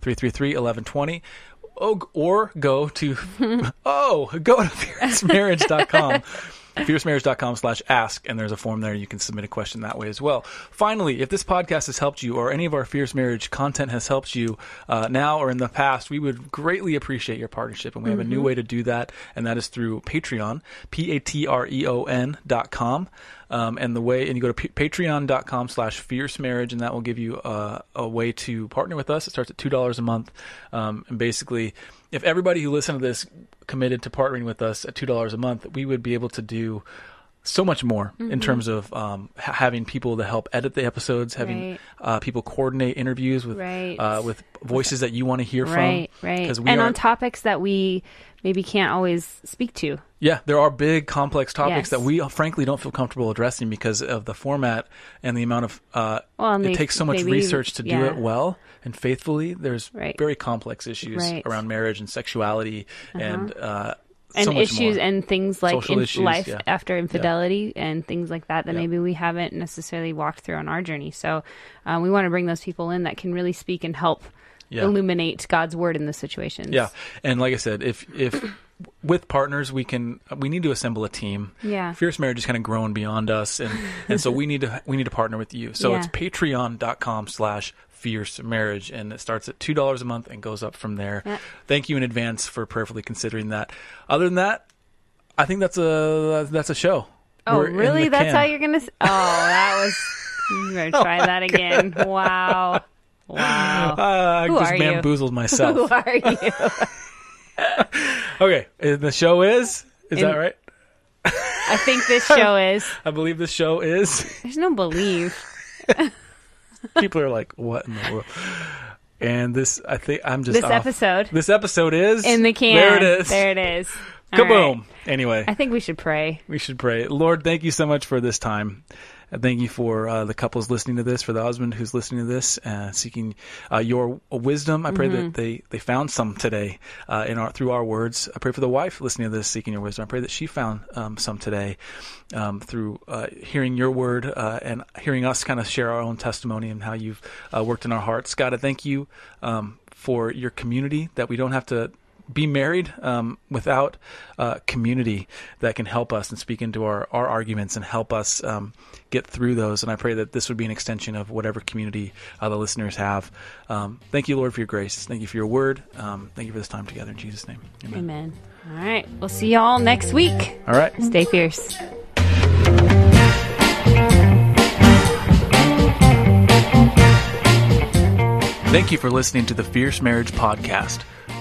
Speaker 2: 971-333-1120 oh, or go to <laughs> oh go to <laughs> fiercemarriage.com fiercemarriage.com slash ask and there's a form there you can submit a question that way as well finally if this podcast has helped you or any of our fierce marriage content has helped you uh, now or in the past we would greatly appreciate your partnership and we have a new way to do that and that is through patreon p-a-t-r-e-o-n E dot com um, and the way and you go to p- patreon.com slash fierce marriage and that will give you uh, a way to partner with us it starts at $2 a month um, and basically if everybody who listened to this committed to partnering with us at $2 a month we would be able to do so much more
Speaker 1: Mm-hmm.
Speaker 2: in terms of um, ha- having people to help edit the episodes, having
Speaker 1: Right.
Speaker 2: uh, people coordinate interviews with
Speaker 1: Right.
Speaker 2: uh, with voices that you want to hear
Speaker 1: Right,
Speaker 2: from,
Speaker 1: right.
Speaker 2: Because we
Speaker 1: and
Speaker 2: are,
Speaker 1: on topics that we maybe can't always speak to.
Speaker 2: Yeah, there are big, complex topics
Speaker 1: Yes.
Speaker 2: that we uh, frankly don't feel comfortable addressing because of the format and the amount of. Uh,
Speaker 1: Well, and
Speaker 2: it
Speaker 1: they-
Speaker 2: takes so much
Speaker 1: they leave-
Speaker 2: research to do
Speaker 1: yeah.
Speaker 2: it well and faithfully. There's
Speaker 1: Right.
Speaker 2: very complex issues
Speaker 1: Right. Uh-huh.
Speaker 2: around marriage and sexualality and uh,
Speaker 1: And
Speaker 2: so much
Speaker 1: issues
Speaker 2: more.
Speaker 1: and things like
Speaker 2: Social
Speaker 1: in
Speaker 2: issues,
Speaker 1: life
Speaker 2: yeah.
Speaker 1: after infidelity and things like that that
Speaker 2: Yeah.
Speaker 1: maybe we haven't necessarily walked through on our journey. So uh, we want to bring those people in that can really speak and help
Speaker 2: Yeah.
Speaker 1: illuminate God's word in those situations.
Speaker 2: Yeah, and like I said, if if with partners we can we need to assemble a team.
Speaker 1: Yeah.
Speaker 2: Fierce Marriage is kind of grown beyond us, and and so we need to we need to partner with you. So
Speaker 1: Yeah.
Speaker 2: it's patreon.com slash fierce marriage and it starts at two dollars a month and goes up from there
Speaker 1: Yeah.
Speaker 2: thank you in advance for prayerfully considering that other than that i think that's a that's a show
Speaker 1: Oh,
Speaker 2: We're in
Speaker 1: really?
Speaker 2: the
Speaker 1: That's
Speaker 2: can. Oh
Speaker 1: how you're gonna? s- Oh, that was. You
Speaker 2: <laughs>
Speaker 1: better try that again. Wow. Wow.
Speaker 2: <laughs> uh, i
Speaker 1: Oh. Who
Speaker 2: just
Speaker 1: are you?
Speaker 2: bamboozled
Speaker 1: <laughs> Who
Speaker 2: myself
Speaker 1: are you?
Speaker 2: okay and the show is is
Speaker 1: In-
Speaker 2: that right
Speaker 1: I think this show is.
Speaker 2: i believe the show is
Speaker 1: There's no believe.
Speaker 2: people are like, "What in the world?" And this, I think, I'm just
Speaker 1: This
Speaker 2: off.
Speaker 1: episode
Speaker 2: This episode is
Speaker 1: in the can.
Speaker 2: There it is.
Speaker 1: There it is. All
Speaker 2: Kaboom.
Speaker 1: right.
Speaker 2: Anyway,
Speaker 1: I think we should pray.
Speaker 2: we should pray. Lord, thank you so much for this time. And thank you for uh, the couples listening to this, for the husband who's listening to this, uh, seeking uh, your wisdom. I pray that they, they found some today uh, in our through our words. I pray for the wife listening to this, seeking your wisdom. I pray that she found um, some today um, through uh, hearing your word uh, and hearing us kind of share our own testimony and how you've uh, worked in our hearts. God, I thank you um, for your community that we don't have to be married um, without uh, community that can help us and speak into our, our arguments and help us um, get through those. And I pray that this would be an extension of whatever community uh, the listeners have. Um, thank you, Lord, for your grace. Thank you for your word. Um, thank you for this time together. In Jesus' name. Amen.
Speaker 1: Amen. All right. We'll see y'all next week.
Speaker 2: All right.
Speaker 1: Stay fierce.
Speaker 2: Thank you for listening to the Fierce Marriage Podcast.